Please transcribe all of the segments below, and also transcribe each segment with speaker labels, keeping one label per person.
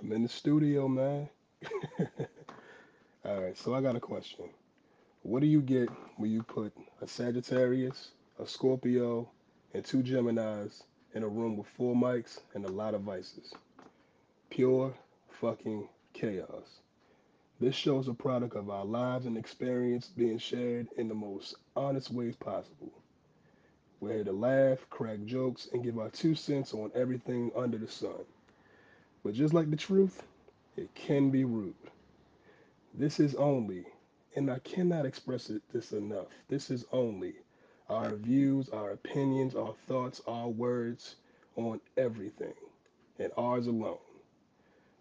Speaker 1: I'm in the studio, man. All right, so I got a question. What do you get when you put a Sagittarius, a Scorpio, and two Geminis in a room with four mics and a lot of vices? Pure fucking chaos. This show's a product of our lives and experience being shared in the most honest ways possible. We're here to laugh, crack jokes, and give our two cents on everything under the sun. But just like the truth, it can be rude. This is only, and I cannot express it this enough. This is only our views, our opinions, our thoughts, our words on everything, and ours alone.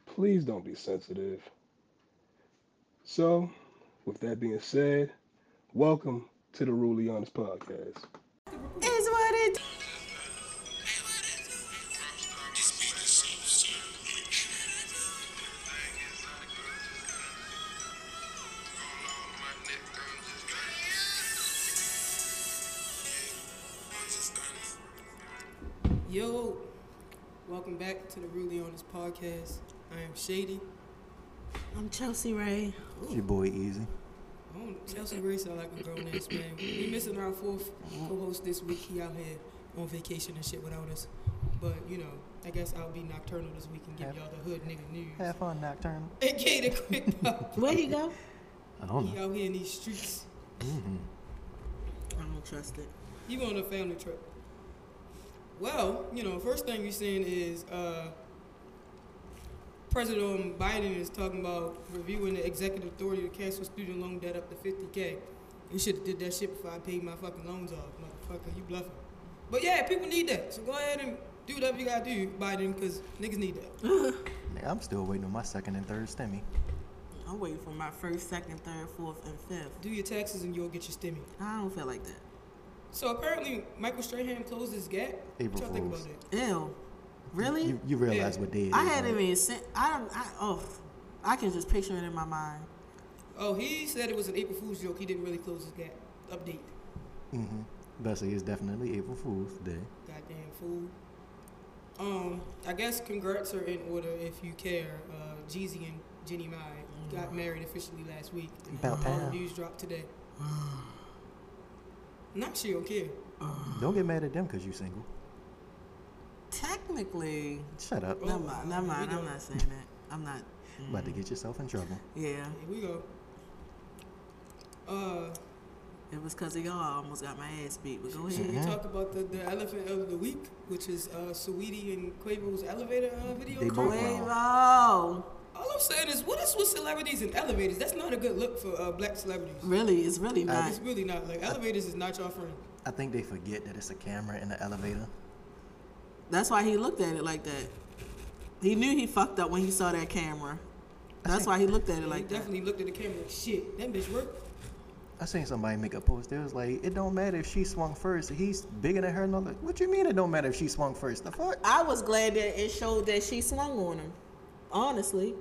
Speaker 1: Please don't be sensitive. So, with that being said, welcome to the Ruly Honest Podcast.
Speaker 2: Is what it Yo, welcome back to the Really Honest Podcast. I am Shady.
Speaker 3: I'm Chelsea Ray.
Speaker 4: It's your boy Easy.
Speaker 2: I don't- Chelsea Ray sound like a grown ass man. We missing our fourth co-host this week. He out here on vacation and shit without us. But you know, I guess I'll be nocturnal this week and give y'all the hood nigga news.
Speaker 5: Have fun, Nocturnal.
Speaker 2: AKA the quick pop.
Speaker 3: Where'd he go?
Speaker 4: I don't
Speaker 2: He
Speaker 4: know.
Speaker 2: out here in these streets.
Speaker 3: I don't trust it.
Speaker 2: He went on a family trip. Well, you know, first thing you're seeing is uh, President Biden is talking about reviewing the executive authority to cancel student loan debt up to 50K. You should have did that shit before I paid my fucking loans off, motherfucker. You bluffing. But yeah, people need that. So go ahead and do whatever you gotta do, Biden, because niggas need that.
Speaker 4: Nigga, I'm still waiting on my second and third stemmy.
Speaker 3: I'm waiting for my first, second, third, fourth, and fifth.
Speaker 2: Do your taxes and you'll get your stimmy.
Speaker 3: I don't feel like that.
Speaker 2: So apparently, Michael Strahan closed this gap. what
Speaker 4: April
Speaker 2: y'all think
Speaker 4: Fools.
Speaker 2: about that?
Speaker 3: Ew. Really?
Speaker 4: You, you realize
Speaker 2: Yeah.
Speaker 4: what day it is?
Speaker 3: I hadn't
Speaker 4: right?
Speaker 3: even sent. I don't. I, oh, I can just picture it in my mind.
Speaker 2: Oh, he said it was an April Fool's joke. He didn't really close this gap. Update.
Speaker 4: Mhm. But see, it's definitely April Fool's Day.
Speaker 2: Goddamn fool. Um, I guess congrats are in order if you care. Uh, Jeezy and Jenny Mai
Speaker 3: Mm-hmm.
Speaker 2: got married officially last week.
Speaker 4: Pow,
Speaker 2: All
Speaker 4: pow.
Speaker 2: news dropped today. Not she don't care.
Speaker 4: Don't get mad at them because you single.
Speaker 3: Technically,
Speaker 4: Shut up.
Speaker 3: never mind. Never mind.
Speaker 2: we
Speaker 3: I'm
Speaker 2: go.
Speaker 3: not saying that. I'm not. mm,
Speaker 4: About to get yourself in trouble.
Speaker 3: Yeah.
Speaker 2: Here we go. Uh,
Speaker 3: It was because of y'all. I almost got my ass beat. But go
Speaker 2: should we
Speaker 3: ahead.
Speaker 2: talk about the, the elephant of the week, which is uh, Saweetie and Quavo's elevator uh, video?
Speaker 4: They
Speaker 2: collab?
Speaker 4: both
Speaker 3: Quavo.
Speaker 4: wrong.
Speaker 2: All I'm saying is, what is with celebrities and elevators? That's not a good look for uh, black celebrities.
Speaker 3: Really, it's really not.
Speaker 2: It's really not. Like elevators is not your friend.
Speaker 4: I think they forget that it's a camera in the elevator.
Speaker 3: That's why he looked at it like that. He knew he fucked up when he saw that camera. That's why he looked at it
Speaker 2: He
Speaker 3: like that.
Speaker 2: definitely looked at the camera like, shit, that bitch worked.
Speaker 4: I seen somebody make a post. They was like, it don't matter if she swung first. He's bigger than her. And all that. What you mean it don't matter if she swung first? The fuck?
Speaker 3: I was glad that it showed that she swung on him, honestly,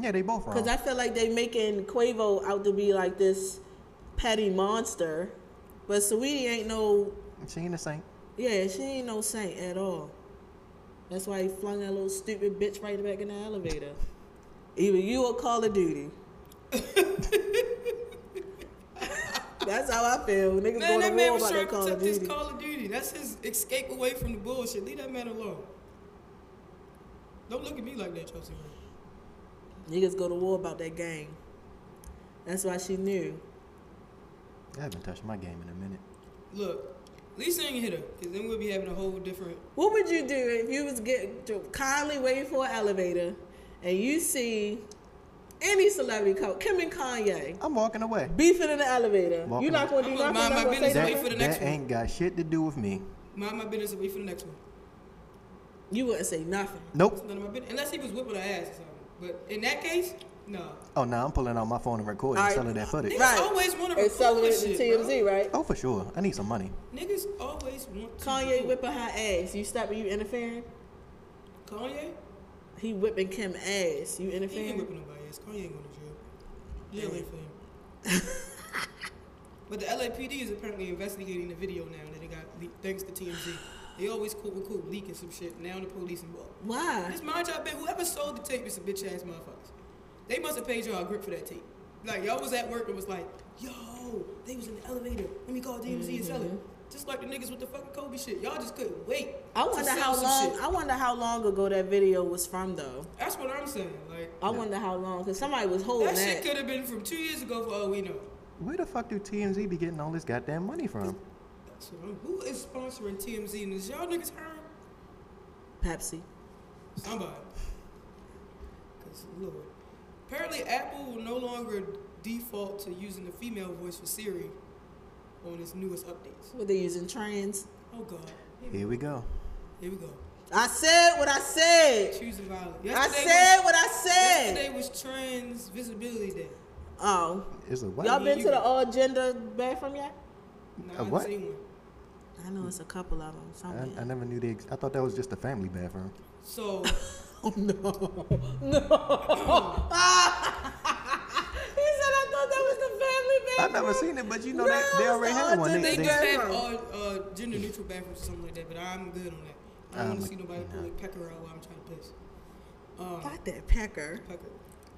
Speaker 4: Yeah, they both wrong.
Speaker 3: because I feel like they making Quavo out to be like this petty monster, but Sweetie ain't no,
Speaker 4: she ain't the same.
Speaker 3: yeah, she ain't no saint at all. That's why he flung that little stupid bitch right back in the elevator. Either you or Call of Duty. That's how I feel. Niggas
Speaker 2: Man,
Speaker 3: going to
Speaker 2: that man
Speaker 3: war
Speaker 2: was
Speaker 3: about that
Speaker 2: trying to
Speaker 3: Call of
Speaker 2: protect his
Speaker 3: Duty.
Speaker 2: Call of Duty. That's his escape away from the bullshit. Leave that man alone. Don't look at me like that, Chelsea. Ray.
Speaker 3: Niggas go to war about that game. That's why she knew.
Speaker 4: I haven't touched my game in a minute.
Speaker 2: Look, at least I ain't hit her, because then we'll be having a whole different.
Speaker 3: What would you do if you was get to- kindly waiting for an elevator and you see any celebrity couple, Kim and Kanye,
Speaker 4: I'm walking away.
Speaker 3: beefing in the elevator?
Speaker 4: Walking
Speaker 3: you not gonna do
Speaker 2: I'm gonna
Speaker 3: nothing.
Speaker 2: mind
Speaker 3: not
Speaker 2: my
Speaker 3: gonna say
Speaker 2: business.
Speaker 3: nothing?
Speaker 2: Wait for the
Speaker 4: That,
Speaker 2: next
Speaker 4: that
Speaker 2: one.
Speaker 4: ain't got shit to do with me.
Speaker 2: Mind my business and wait for the next one.
Speaker 3: You wouldn't say nothing.
Speaker 4: Nope.
Speaker 2: It's none of my business. Unless he was whipping her ass or something. But in that case, no.
Speaker 4: Oh, no, I'm pulling out my phone and recording
Speaker 3: All
Speaker 4: and
Speaker 3: right.
Speaker 4: selling that footage.
Speaker 2: Niggas
Speaker 3: Right.
Speaker 2: always want to
Speaker 3: It's
Speaker 2: record
Speaker 3: selling it
Speaker 2: this
Speaker 3: to
Speaker 2: shit.
Speaker 3: TMZ, right?
Speaker 4: Oh, for sure. I need some money.
Speaker 2: bro. Niggas always want to
Speaker 3: Kanye
Speaker 2: record.
Speaker 3: whipping her ass. You stopping? You interfering?
Speaker 2: Kanye?
Speaker 3: He whipping Kim ass. You
Speaker 2: He ain't
Speaker 3: interfering?
Speaker 2: whipping nobody ass. Kanye ain't going to jail. Yeah, late for him. but the LAPD is apparently investigating the video now that it got leaked thanks to TMZ. They always quote unquote leaking some shit. Now the police involved.
Speaker 3: Why?
Speaker 2: Just mind y'all, been whoever sold sold the tape to some bitch ass motherfuckers. They must have paid y'all a grip for that tape. Like y'all was at work and was like, yo, they was in the elevator. Let me call DMZ and sell it. Just like the niggas with the fucking Kobe shit. Y'all just couldn't wait.
Speaker 3: Mm-hmm. I
Speaker 2: to
Speaker 3: wonder
Speaker 2: sell
Speaker 3: how
Speaker 2: some
Speaker 3: long.
Speaker 2: shit.
Speaker 3: I wonder how long ago that video was from though.
Speaker 2: That's what I'm saying. Like
Speaker 3: I wonder how long because somebody was holding
Speaker 2: that
Speaker 3: that.
Speaker 2: shit could have been from two years ago for all we know.
Speaker 4: Where the fuck do TMZ be getting all this goddamn money from?
Speaker 2: That's what I'm- Who is sponsoring TMZ? And is y'all niggas hiring?
Speaker 3: Pepsi.
Speaker 2: Somebody. Cause Lord. Apparently Apple will no longer default to using the female voice for Siri on its newest updates.
Speaker 3: What they using trans?
Speaker 2: Oh God.
Speaker 4: Here we go.
Speaker 2: Here we go.
Speaker 3: I said what I said.
Speaker 2: Choosing violence.
Speaker 3: I
Speaker 2: Yesterday
Speaker 3: said
Speaker 2: was,
Speaker 3: what I said.
Speaker 2: Yesterday was Trans Visibility Day.
Speaker 3: Oh,
Speaker 4: It's a what?
Speaker 3: y'all been to
Speaker 2: you-
Speaker 3: the all gender bathroom yet?
Speaker 2: No,
Speaker 4: A
Speaker 2: I didn't
Speaker 4: what?
Speaker 2: see one.
Speaker 3: I know it's a couple of them.
Speaker 4: I, I never knew they. Ex- I thought that was just a family bathroom.
Speaker 2: So
Speaker 3: Oh no, no. he said I thought that was the family
Speaker 4: I've
Speaker 3: bathroom.
Speaker 4: never seen it, but you know
Speaker 3: No,
Speaker 4: they, they
Speaker 3: it's
Speaker 4: already
Speaker 3: the
Speaker 4: had one.
Speaker 3: other
Speaker 4: They,
Speaker 2: they
Speaker 4: they,
Speaker 2: just
Speaker 3: Bathroom.
Speaker 2: had all uh, gender neutral bathrooms or something like that, but I'm good on that. I don't
Speaker 4: Um,
Speaker 2: want to see nobody pull a pecker out while I'm trying to piss. Um,
Speaker 3: Got that pecker.
Speaker 2: Tucker.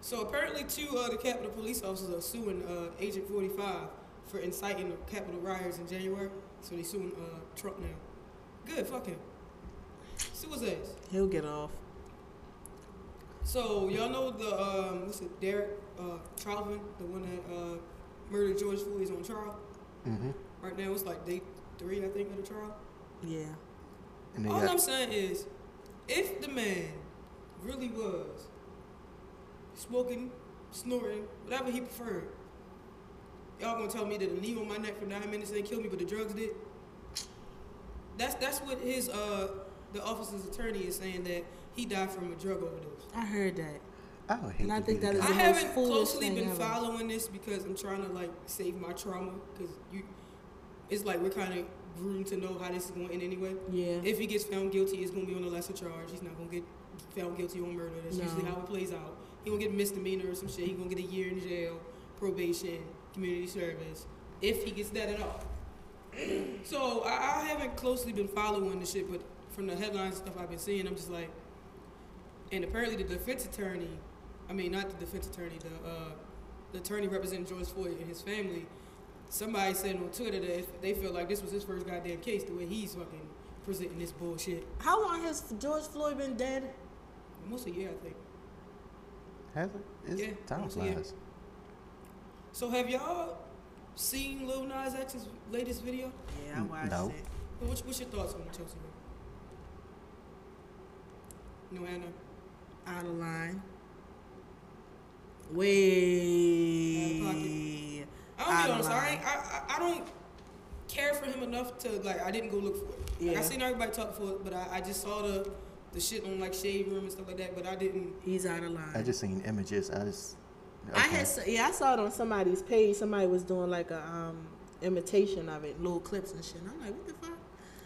Speaker 2: So apparently, two uh, the Capitol police officers are suing uh, Agent 45 for inciting the Capitol riots in January. So they suing uh, Trump now. Good, fuck him. Sue his ass.
Speaker 3: He'll get off.
Speaker 2: So y'all know the um, what's it, Derek uh, Chauvin, the one that uh, murdered George Floyd, is on trial
Speaker 4: hmm
Speaker 2: right now. It's like day three, I think, of the trial.
Speaker 3: Yeah.
Speaker 4: And they
Speaker 2: All
Speaker 4: got
Speaker 2: I'm saying is, if the man really was smoking, snorting, whatever he preferred, y'all gonna tell me that a knee on my neck for nine minutes didn't kill me, but the drugs did? That's that's what his uh the officer's attorney is saying that he died from a drug overdose.
Speaker 3: I heard that.
Speaker 4: I would hate
Speaker 3: And I
Speaker 4: to
Speaker 3: think
Speaker 4: be the
Speaker 3: that is
Speaker 2: I
Speaker 4: guy.
Speaker 3: the most
Speaker 2: haven't
Speaker 3: foolish
Speaker 2: closely
Speaker 3: thing
Speaker 2: been
Speaker 3: ever.
Speaker 2: following this because I'm trying to like save my trauma because you, it's like we're kind of groomed to know how this is going to end anyway.
Speaker 3: Yeah.
Speaker 2: If he gets found guilty, it's going to be on a lesser charge. He's not going to get found guilty on murder. That's
Speaker 3: No.
Speaker 2: usually how it plays out. He gonna get misdemeanor or some shit. He gonna get a year in jail, probation, community service, if he gets that at all. so I, I haven't closely been following the shit, but from the headlines and stuff I've been seeing, I'm just like, and apparently the defense attorney, I mean not the defense attorney, the uh, the attorney representing George Floyd and his family, somebody said on Twitter that if they feel like this was his first goddamn case, the way he's fucking presenting this bullshit.
Speaker 3: How long has George Floyd been dead?
Speaker 2: Almost a year, I think.
Speaker 4: Has it? It's
Speaker 2: Yeah,
Speaker 4: time
Speaker 2: yeah.
Speaker 4: flies.
Speaker 2: So have y'all seen Lil Nas X's latest video?
Speaker 3: Yeah, I watched
Speaker 4: no.
Speaker 3: it.
Speaker 2: What's, what's your thoughts on the Chelsea Room? No, Anna.
Speaker 3: Out of line.
Speaker 2: pocket.
Speaker 3: Way.
Speaker 2: I don't
Speaker 3: Outta
Speaker 2: be honest. I,
Speaker 3: line.
Speaker 2: ain't, I, I I don't care for him enough to like. I didn't go look for it. Like,
Speaker 3: Yeah.
Speaker 2: I seen everybody talk for it, but I, I just saw the the shit on like Shade Room and stuff like that. But I didn't.
Speaker 3: He's out of line.
Speaker 4: I just seen images. I just.
Speaker 3: I
Speaker 4: okay.
Speaker 3: had s- yeah, I saw it on somebody's page. Somebody was doing like a um imitation of it, little clips and shit. And I'm like, what the fuck?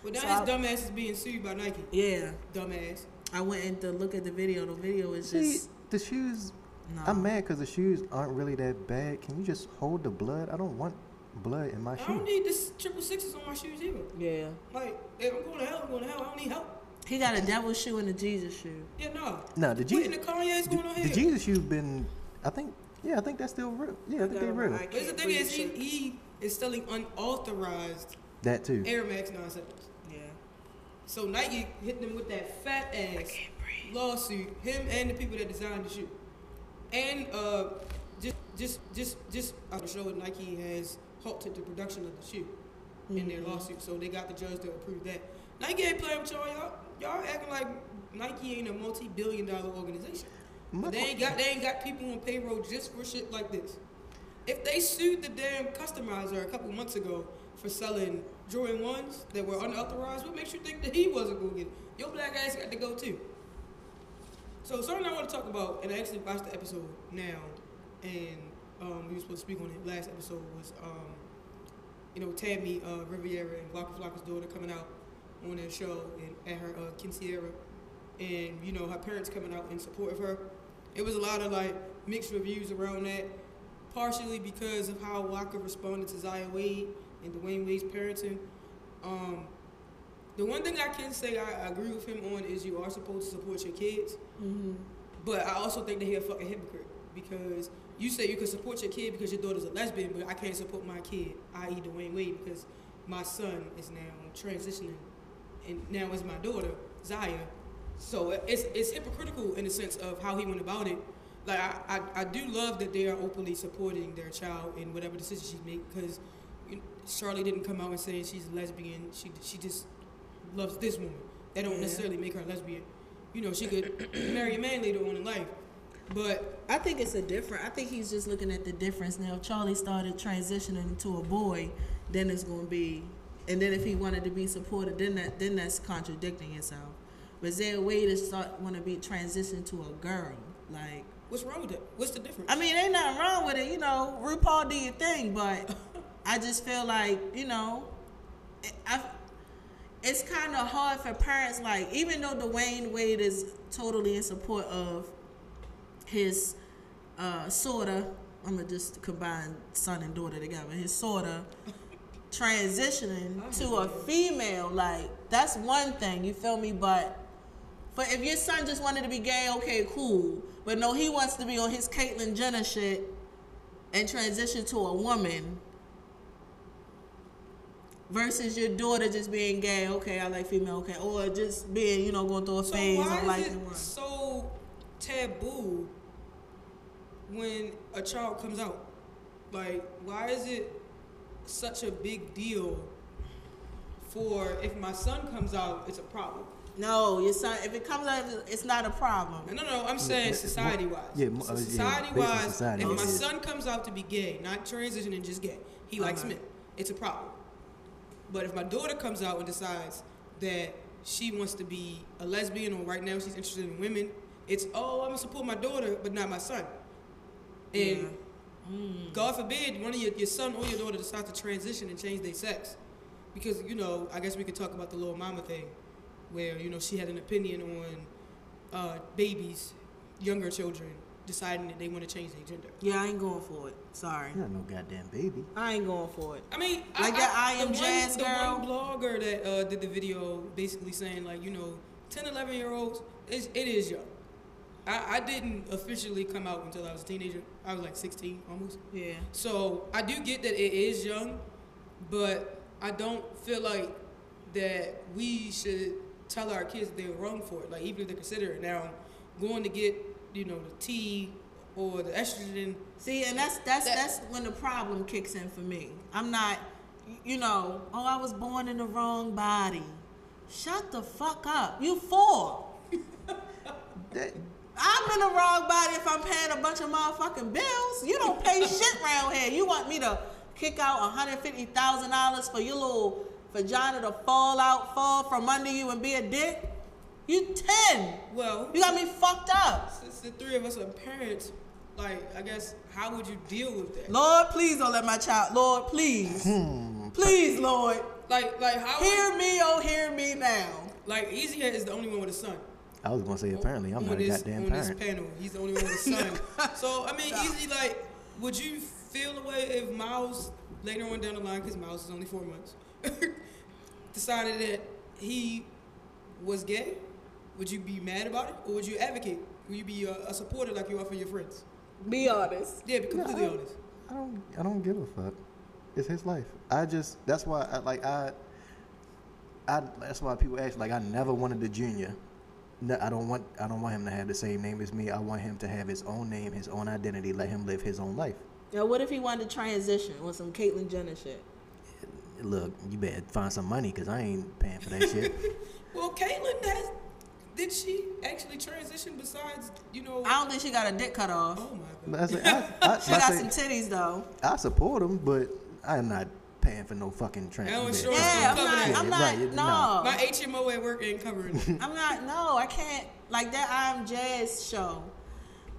Speaker 2: But now
Speaker 3: So I-
Speaker 2: his dumb ass is being sued by Nike.
Speaker 3: Yeah,
Speaker 2: Dumbass.
Speaker 3: I went in to look at the video. The video is
Speaker 4: See,
Speaker 3: just
Speaker 4: the shoes.
Speaker 3: no.
Speaker 4: I'm mad because the shoes aren't really that bad. Can you just hold the blood? I don't want blood in my
Speaker 2: I don't
Speaker 4: shoe.
Speaker 2: need this triple sixes on my shoes either.
Speaker 3: yeah,
Speaker 2: Like if I'm going to hell, I'm going to hell. I don't need help.
Speaker 3: he got a devil shoe and a Jesus shoe.
Speaker 2: Yeah, no.
Speaker 4: No, the
Speaker 2: What in
Speaker 4: Jesus.
Speaker 2: the Kanye's
Speaker 4: The,
Speaker 2: going on
Speaker 4: the
Speaker 2: here?
Speaker 4: Jesus shoes been. I think. Yeah, I think that's still real. Yeah, I think they're real.
Speaker 2: But the thing is, he, he is selling unauthorized
Speaker 4: That too.
Speaker 2: Air Max non-septics.
Speaker 3: yeah,
Speaker 2: So Nike hit them with that fat ass lawsuit. Him and the people that designed the shoe, and uh, just just just just I'm sure Nike has halted the production of the shoe in their lawsuit. So they got the judge to approve that. Nike ain't playing with y'all. Y'all, y'all acting like Nike ain't a multi-billion dollar organization.
Speaker 4: My
Speaker 2: But they ain't got they ain't got people on payroll just for shit like this. If they sued the damn customizer a couple months ago for selling Jordan ones that were unauthorized, what makes you think that he wasn't gonna get it? Your black ass got to go too. So something I want to talk about, and I actually watched the episode now, and um, we were supposed to speak on it last episode was, um, you know, Tammy uh, Riviera and Waka Flocka's daughter coming out on their show and at her uh, Kinsiera, and you know her parents coming out in support of her. It was a lot of like mixed reviews around that, partially because of how Waka responded to Zaya Wade and Dwayne Wade's parenting. Um,
Speaker 3: Mm-hmm.
Speaker 2: the one thing I can say I I agree with him on is you are supposed to support your kids. But I also think that he a fucking hypocrite because you say you can support your kid because your daughter's a lesbian, but I can't support my kid, i.e. Dwayne Wade, because my son is now transitioning, and now is my daughter Zaya. So uh, it's it's hypocritical in the sense of how he went about it. Like I, I, I do love that they are openly supporting their child in whatever decision she makes because Charlie didn't come out and say she's a lesbian. She she just loves this woman. That don't
Speaker 3: Yeah.
Speaker 2: necessarily make her a lesbian. You know, she could marry a man later on in life. But
Speaker 3: I think it's a different. I think he's just looking at the difference now. If Charlie started transitioning to a boy, then it's going to be, and then if he wanted to be supported, then that then that's contradicting itself. But is there a way to start want to be transitioned to a girl? Like,
Speaker 2: what's wrong with that? What's the difference?
Speaker 3: I mean, ain't nothing wrong with it, you know. RuPaul did your thing, but I just feel like you know, it- I. It's kind of hard for parents, like even though Dwayne Wade is totally in support of his uh, sorta. I'm gonna just combine son and daughter together. His sorta transitioning
Speaker 2: I
Speaker 3: to a
Speaker 2: hear you.
Speaker 3: female, like that's one thing. You feel me? But for if your son just wanted to be gay, okay, cool. But no, he wants to be on his Caitlyn Jenner shit and transition to a woman. Versus your daughter just being gay, okay, I like female, okay, or just being, you know, going through a
Speaker 2: so
Speaker 3: phase
Speaker 2: why
Speaker 3: of
Speaker 2: is
Speaker 3: liking
Speaker 2: it
Speaker 3: one.
Speaker 2: so taboo when a child comes out? Like, why is it such a big deal for if my son comes out, it's a problem?
Speaker 3: No, your son. If it comes out, it's not a problem.
Speaker 2: No, no, no. I'm saying society wise.
Speaker 4: yeah, mo- uh, yeah,
Speaker 2: society
Speaker 4: based on
Speaker 2: wise,
Speaker 4: society,
Speaker 2: if
Speaker 4: it
Speaker 2: my
Speaker 4: is.
Speaker 2: son comes out to be gay, not transitioning, just gay, he likes
Speaker 3: Uh-huh.
Speaker 2: men. It's a problem. But if my daughter comes out and decides that she wants to be a lesbian or right now she's interested in women, it's oh, I'm gonna support my daughter, but not my son. And
Speaker 4: Mm.
Speaker 2: God forbid one of your, your son or your daughter decides to transition and change their sex. Because, you know, I guess we could talk about the little mama thing where, you know, she had an opinion on uh, babies, younger children, deciding that they want to change their gender.
Speaker 3: Yeah, I ain't going for it. Sorry,
Speaker 4: You're not no goddamn baby.
Speaker 3: I ain't going for it.
Speaker 2: I mean,
Speaker 3: Like
Speaker 2: I,
Speaker 3: that I
Speaker 2: the
Speaker 3: Am Jazz
Speaker 2: one,
Speaker 3: girl?
Speaker 2: The one blogger that uh, did the video basically saying, like, you know, 10, 11 year olds, it's, it is young. I, I didn't officially come out until I was a teenager. I was like 16 almost.
Speaker 3: Yeah,
Speaker 2: So I do get that it is young, but I don't feel like that we should tell our kids they're wrong for it. Like even if they consider it now, going to get you know the tea or the estrogen.
Speaker 3: see, and that's that's
Speaker 2: That-
Speaker 3: that's when the problem kicks in for me. I'm not, you know, oh, I was born in the wrong body. Shut the fuck up. You four.
Speaker 4: That,
Speaker 3: I'm in the wrong body if I'm paying a bunch of motherfucking bills. You don't pay shit around here. You want me to kick out $150,000 for your little vagina to fall out, fall from under you and be a dick? You 10.
Speaker 2: Well,
Speaker 3: You got me fucked up.
Speaker 2: since the three of us are parents, like I guess how would you deal with that?
Speaker 3: Lord, please don't let my child. Lord, please. Please, Lord.
Speaker 2: Like like how would,
Speaker 3: Hear me, oh, hear me now.
Speaker 2: like Easy Head is the only one with a son.
Speaker 4: I was gonna say apparently I'm
Speaker 2: Oh, on
Speaker 4: not a
Speaker 2: this,
Speaker 4: goddamn
Speaker 2: on this
Speaker 4: parent.
Speaker 2: panel. He's the only one with a son. so I mean, easy like, would you feel a way if Miles later on down the line, because Miles is only four months, decided that he was gay? Would you be mad about it, or would you advocate? Would you be a, a supporter like you are for your friends?
Speaker 3: Be honest.
Speaker 2: Yeah, be completely
Speaker 4: No.
Speaker 2: honest.
Speaker 4: I don't I don't give a fuck. It's his life. I just that's why I like I I that's why people ask like I never wanted the junior. No, I don't want I don't want him to have the same name as me. I want him to have his own name, his own identity, let him live his own life.
Speaker 3: Now, what if he wanted to transition on some Caitlyn Jenner shit?
Speaker 4: Look, you better find some money because I ain't paying for that shit.
Speaker 2: Well, Caitlyn has. Did she actually transition besides you know?
Speaker 3: I don't think she got a dick cut off.
Speaker 2: oh my
Speaker 4: I,
Speaker 2: god.
Speaker 4: say, I, I,
Speaker 3: She
Speaker 4: I
Speaker 3: got
Speaker 4: say-
Speaker 3: some titties though.
Speaker 4: I support him, but I'm not paying for no fucking trans.
Speaker 2: Hell,
Speaker 4: bitch.
Speaker 2: sure.
Speaker 3: Yeah,
Speaker 2: Yeah,
Speaker 3: I'm not.
Speaker 4: right,
Speaker 3: I'm
Speaker 4: it-
Speaker 3: not.
Speaker 4: nah.
Speaker 2: My
Speaker 3: No,
Speaker 2: HMO at work ain't covering it.
Speaker 3: I'm not. No, I can't. Like that. I'm Jazz show.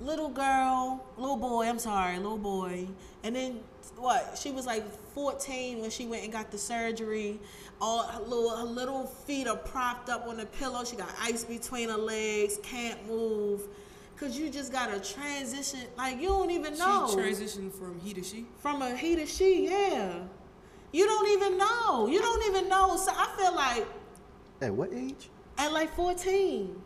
Speaker 3: Little girl, little boy. I'm sorry, little boy. And then what? She was like 14 when she went and got the surgery. All her little, her little feet are propped up on the pillow. She got ice between her legs. Can't move. Cause you just got to transition. Like you don't even know.
Speaker 2: She transitioned from he to she.
Speaker 3: from a he to she, yeah. You don't even know. You don't even know. So I feel like
Speaker 4: At what age?
Speaker 3: at like 14.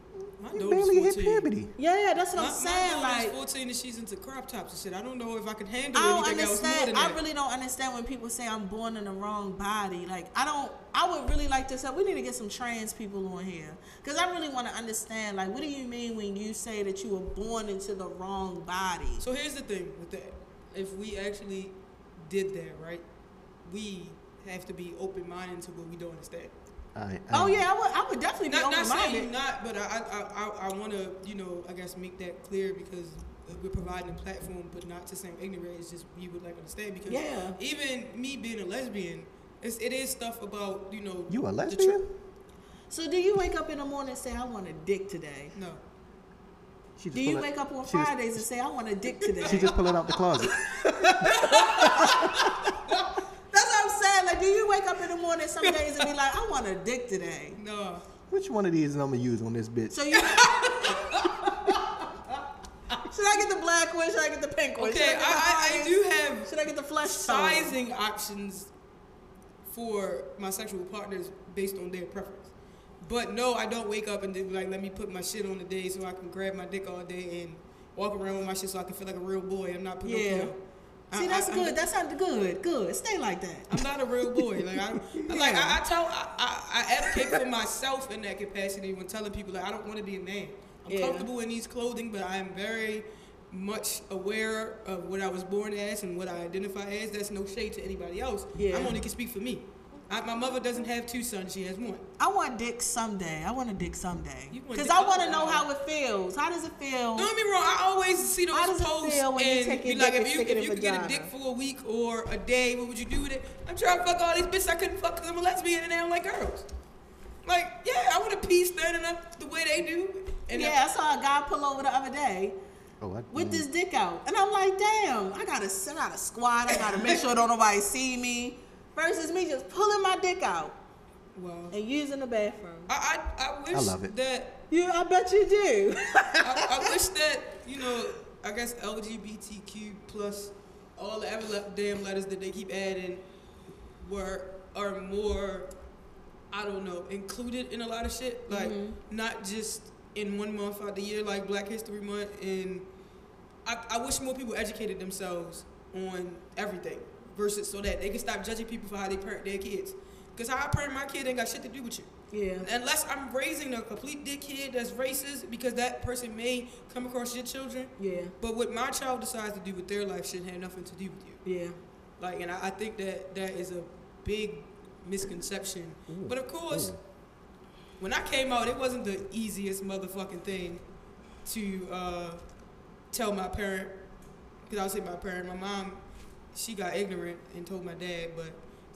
Speaker 2: My
Speaker 4: You
Speaker 2: daughter's
Speaker 4: barely hit
Speaker 2: 14.
Speaker 4: puberty.
Speaker 3: Yeah, that's what
Speaker 2: My,
Speaker 3: I'm saying.
Speaker 2: my daughter's
Speaker 3: Like,
Speaker 2: 14 and she's into crop tops and shit. I don't know if I can handle
Speaker 3: I don't
Speaker 2: anything else more
Speaker 3: understand.
Speaker 2: than
Speaker 3: I
Speaker 2: that.
Speaker 3: really don't understand when people say I'm born in the wrong body. Like, I don't. I would really like to say we need to get some trans people on here because I really want to understand. Like, what do you mean when you say that you were born into the wrong body?
Speaker 2: So here's the thing with that. If we actually did that, right, we have to be open minded to what we don't understand.
Speaker 4: I, I,
Speaker 3: Oh yeah, I would. I would definitely be
Speaker 2: Not, not saying
Speaker 3: open-minded.
Speaker 2: you're not, but I, I, I, I want to, you know, I guess make that clear because we're providing a platform, but not to sound ignorant. It's just you would like understand because
Speaker 3: Yeah.
Speaker 2: even me being a lesbian, it's, it is stuff about you know.
Speaker 4: You a
Speaker 2: the tr-
Speaker 4: lesbian?
Speaker 3: So do you wake up in the morning and say I want a dick today?
Speaker 2: no,
Speaker 4: She just
Speaker 3: Do
Speaker 4: pull
Speaker 3: you
Speaker 4: it-
Speaker 3: wake up on
Speaker 4: she just-
Speaker 3: Fridays and say I want a dick today?
Speaker 4: She just pull it out the closet.
Speaker 3: That's what I'm saying. Like, do you wake up in the morning some days and be like I want a dick today?
Speaker 2: no.
Speaker 4: Which one of these is I'm gonna use on this bitch?
Speaker 3: So you. Should I get the black one? Should I get the pink one?
Speaker 2: Okay,
Speaker 3: Should get the
Speaker 2: I, I, I
Speaker 3: highest?
Speaker 2: do have
Speaker 3: Should I get the flesh tone?
Speaker 2: sizing options for my sexual partners based on their preference. But no, I don't wake up and then like let me put my shit on today so I can grab my dick all day and walk around with my shit so I can feel like a real boy. I'm not Pinocchio.
Speaker 3: Yeah. See,
Speaker 2: I-
Speaker 3: that's
Speaker 2: I- I'm
Speaker 3: good.
Speaker 2: not-
Speaker 3: that sounded good. Good. Stay like that.
Speaker 2: I'm not a real boy. Like I, like I, I tell, I, I, I advocate for myself in that capacity when telling people like I don't want to be a man. I'm
Speaker 3: Yeah.
Speaker 2: comfortable in these clothing, but I am very much aware of what I was born as and what I identify as. That's no shade to anybody else.
Speaker 3: Yeah.
Speaker 2: I'm only can speak for me. I, my mother doesn't have two sons; she has one.
Speaker 3: I want dick someday. I want a dick someday.
Speaker 2: You want
Speaker 3: Because
Speaker 2: dick
Speaker 3: I want to
Speaker 2: someday. Mm-hmm.
Speaker 3: know how it feels. How does it feel?
Speaker 2: Don't get me wrong. I always see those
Speaker 3: How does it
Speaker 2: posts
Speaker 3: feel when you
Speaker 2: and
Speaker 3: take your
Speaker 2: be like,
Speaker 3: dick
Speaker 2: if
Speaker 3: and
Speaker 2: you
Speaker 3: stick it
Speaker 2: if
Speaker 3: in
Speaker 2: you could get a
Speaker 3: vagina?
Speaker 2: dick for a week or a day, what would you do with it? I'm trying to fuck all these bitches I couldn't fuck because I'm a lesbian and I don't like girls. Like, yeah, I want a pee standing up the way they do. And
Speaker 3: yeah, I saw a guy pull over the other day
Speaker 4: oh, I,
Speaker 3: with his dick out, and I'm like, damn, I gotta sit out a squat. I gotta make sure don't nobody see me. Versus me just pulling my dick out
Speaker 2: well,
Speaker 3: and using the bathroom.
Speaker 2: I I, I wish
Speaker 4: I love it.
Speaker 2: that
Speaker 3: You, I bet you do.
Speaker 2: I, I wish that you know I guess LGBTQ plus all the ever le- damn letters that they keep adding were are more I don't know included in a lot of shit like not just in one month out the year like Black History Month and I, I wish more people educated themselves on everything versus so that they can stop judging people for how they parent their kids because how I parent my kid ain't got shit to do with you
Speaker 3: yeah.
Speaker 2: unless I'm raising a complete dickhead that's racist because that person may come across your children.
Speaker 3: Yeah.
Speaker 2: But what my child decides to do with their life shouldn't have nothing to do with you.
Speaker 3: Yeah.
Speaker 2: Like, and I, I think that that is a big misconception. But of course, when I came out, it wasn't the easiest motherfucking thing to uh, tell my parent. Because I would say my parent, my mom, she got ignorant and told my dad, but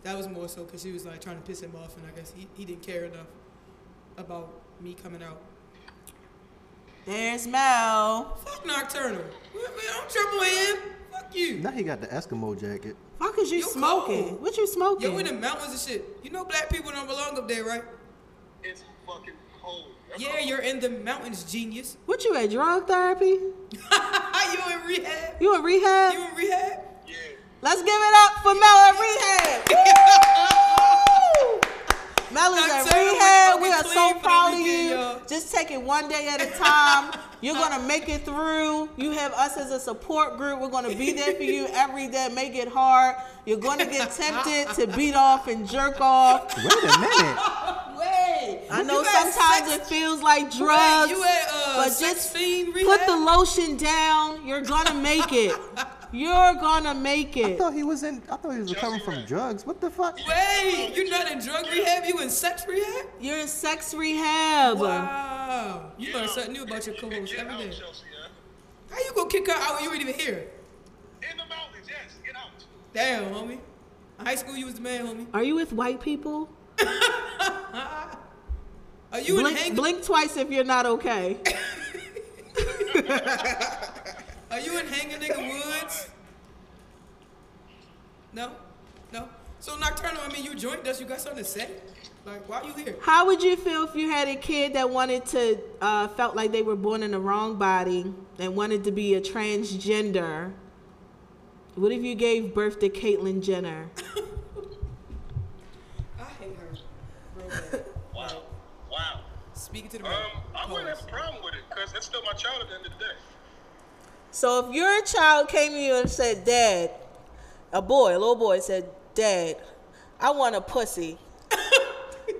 Speaker 2: that was more so because she was like trying to piss him off, and I guess he, he didn't care enough about me coming out.
Speaker 3: There's Mel.
Speaker 2: Fuck Nocturnal. I'm triple M. Fuck you.
Speaker 4: now he got the Eskimo jacket.
Speaker 3: Why cause you
Speaker 2: You
Speaker 3: smoking?
Speaker 2: cold.
Speaker 3: What you smoking?
Speaker 2: Yo, in the mountains and shit. You know black people don't belong up there, right?
Speaker 5: It's fucking cold. That's
Speaker 2: Yeah, you're in the mountains, genius.
Speaker 3: what you at? Drug therapy?
Speaker 2: you in rehab?
Speaker 3: You in rehab?
Speaker 2: You in rehab?
Speaker 5: Yeah.
Speaker 3: Let's give it up for Mel at rehab. Woo! Mel is at
Speaker 2: October was
Speaker 3: rehab. We
Speaker 2: fucking
Speaker 3: are
Speaker 2: clean
Speaker 3: so
Speaker 2: for the
Speaker 3: proud of
Speaker 2: weekend,
Speaker 3: you.
Speaker 2: y'all.
Speaker 3: Just take it one day at a time. You're gonna make it through. You have us as a support group. We're gonna be there for you every day. Make it hard. You're gonna get tempted to beat off and jerk off.
Speaker 4: Wait a minute.
Speaker 2: Wait.
Speaker 3: I know sometimes it feels like
Speaker 2: You at,
Speaker 3: drugs.
Speaker 2: you at uh,
Speaker 3: but
Speaker 2: sex
Speaker 3: just
Speaker 2: fiend rehab?
Speaker 3: Put the lotion down. You're gonna make it. You're gonna make
Speaker 4: I
Speaker 3: it.
Speaker 4: thought he was in. I thought he was recovering from drugs. What the fuck?
Speaker 2: Wait, you not in drug rehab? You in sex rehab?
Speaker 3: You're in sex rehab.
Speaker 2: Wow. You
Speaker 5: Get
Speaker 2: learn
Speaker 5: out.
Speaker 2: something new about your
Speaker 5: You can
Speaker 2: co-host
Speaker 5: get
Speaker 2: every
Speaker 5: out,
Speaker 2: day.
Speaker 5: Chelsea, yeah?
Speaker 2: How you gonna kick her out when you ain't even here?
Speaker 5: In the mountains, yes. Get out.
Speaker 2: Damn, homie. In high school, you was the man, homie.
Speaker 3: Are you with white people?
Speaker 2: Are you in
Speaker 3: Blink,
Speaker 2: hang?
Speaker 3: blink twice if you're not okay.
Speaker 2: Are you in hanging nigga woods? No, no. So nocturnal. I mean, you joined us. You got something to say? Like, why you here?
Speaker 3: How would you feel if you had a kid that wanted to, uh, felt like they were born in the wrong body and wanted to be a transgender? What if you gave birth to Caitlyn Jenner?
Speaker 2: I hate her. Real bad.
Speaker 5: Wow. Wow.
Speaker 2: Speaking to the
Speaker 5: Um,
Speaker 2: mic.
Speaker 5: I wouldn't
Speaker 2: Pause.
Speaker 5: have a problem with it because it's still my child at the end of the day.
Speaker 3: So if your child came to you and said, "Dad," a boy, a little boy said, "Dad, I want a pussy."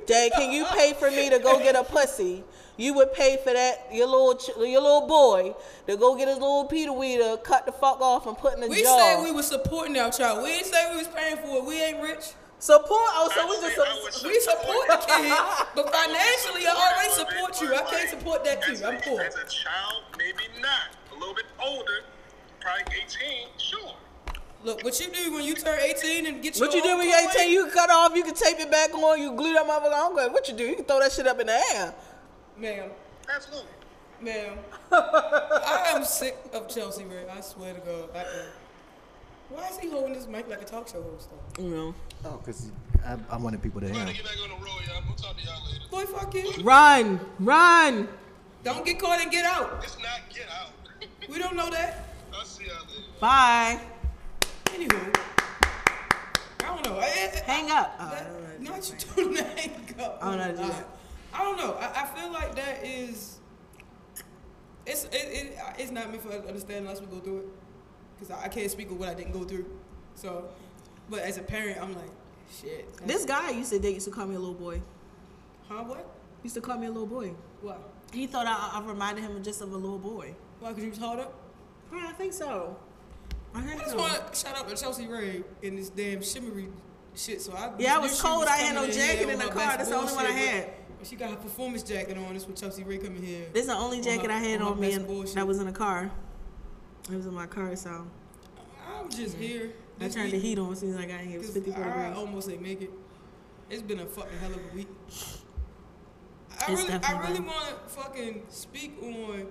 Speaker 3: Dad, can you pay for me to go get a pussy? You would pay for that your little ch- your little boy to go get his little Peter Weeder, cut the fuck off and put in the
Speaker 2: We
Speaker 3: jar.
Speaker 2: said we was supporting our child. We didn't say we was paying for it. We ain't rich.
Speaker 3: support. Oh, so
Speaker 5: I
Speaker 3: we
Speaker 5: say
Speaker 3: just
Speaker 5: I would
Speaker 2: We support the kid, but financially, I already
Speaker 5: Support it,
Speaker 2: support you. I
Speaker 5: but,
Speaker 2: can't
Speaker 5: like,
Speaker 2: support that
Speaker 5: as
Speaker 2: too.
Speaker 5: a-
Speaker 2: I'm poor.
Speaker 5: As a child, maybe not. A little bit older, probably 18, sure.
Speaker 2: Look, what you do when you turn 18 and get your
Speaker 3: What you do
Speaker 2: own
Speaker 3: when you
Speaker 2: coin,
Speaker 3: 18? You can cut off, you can tape it back on, you glue that motherfucker on. Good. What you do? You can throw that shit up in the air.
Speaker 2: Ma'am,
Speaker 5: Absolutely.
Speaker 2: ma'am. I am sick of Chelsea Ray. I swear to God. I am. Why is he holding his mic like a talk show host, though?
Speaker 3: You know.
Speaker 4: Oh, because I, I wanted people to
Speaker 5: I'm
Speaker 4: hear.
Speaker 5: trying to
Speaker 4: him.
Speaker 5: get back on the road, y'all. I'm gonna talk to y'all later.
Speaker 2: Boy, fuck you.
Speaker 3: Run, run.
Speaker 2: Don't get caught and get out.
Speaker 5: It's not get out.
Speaker 2: We don't know that.
Speaker 5: I'll see y'all later.
Speaker 3: Bye.
Speaker 2: Anywho, I don't know. I, I-
Speaker 3: Hang up. Oh,
Speaker 2: That,
Speaker 3: all right.
Speaker 2: no, you do not hang up.
Speaker 3: I don't know how to do
Speaker 2: Nah.
Speaker 3: that.
Speaker 2: I don't know. I, I feel like that is. It's it, it, it's not meant for us to understand unless we go through it, because I, I can't speak of what I didn't go through. So, but as a parent, I'm like, shit.
Speaker 3: This guy used to date used to call me a little boy.
Speaker 2: Huh? What?
Speaker 3: Used to call me a little boy.
Speaker 2: Why?
Speaker 3: He thought I, I reminded him just of a little boy.
Speaker 2: Why? Cause you was hard up.
Speaker 3: Huh, I think so. I
Speaker 2: I
Speaker 3: think
Speaker 2: just
Speaker 3: so.
Speaker 2: want to shout out to Chelsea Ray in this damn shimmery shit. So I
Speaker 3: Yeah, I
Speaker 2: knew
Speaker 3: was
Speaker 2: she
Speaker 3: cold. I had
Speaker 2: coming
Speaker 3: no
Speaker 2: in here
Speaker 3: jacket
Speaker 2: on
Speaker 3: in the
Speaker 2: her
Speaker 3: car.
Speaker 2: best
Speaker 3: That's the only one I
Speaker 2: bullshit,
Speaker 3: had.
Speaker 2: but- but She got her performance jacket on. This when Chelsea Ray coming here.
Speaker 3: This is the only jacket
Speaker 2: her-
Speaker 3: I had
Speaker 2: on her
Speaker 3: on me
Speaker 2: best
Speaker 3: and
Speaker 2: bullshit.
Speaker 3: that was in the car. It was in my car, so
Speaker 2: I'm just here.
Speaker 3: I
Speaker 2: this
Speaker 3: turned the
Speaker 2: week.
Speaker 3: heat on as soon as I got here. It was 54
Speaker 2: I
Speaker 3: degrees.
Speaker 2: almost didn't make it. It's been a fucking hell of a week. I
Speaker 3: It's
Speaker 2: really, I
Speaker 3: definitely
Speaker 2: really
Speaker 3: been.
Speaker 2: want to fucking speak on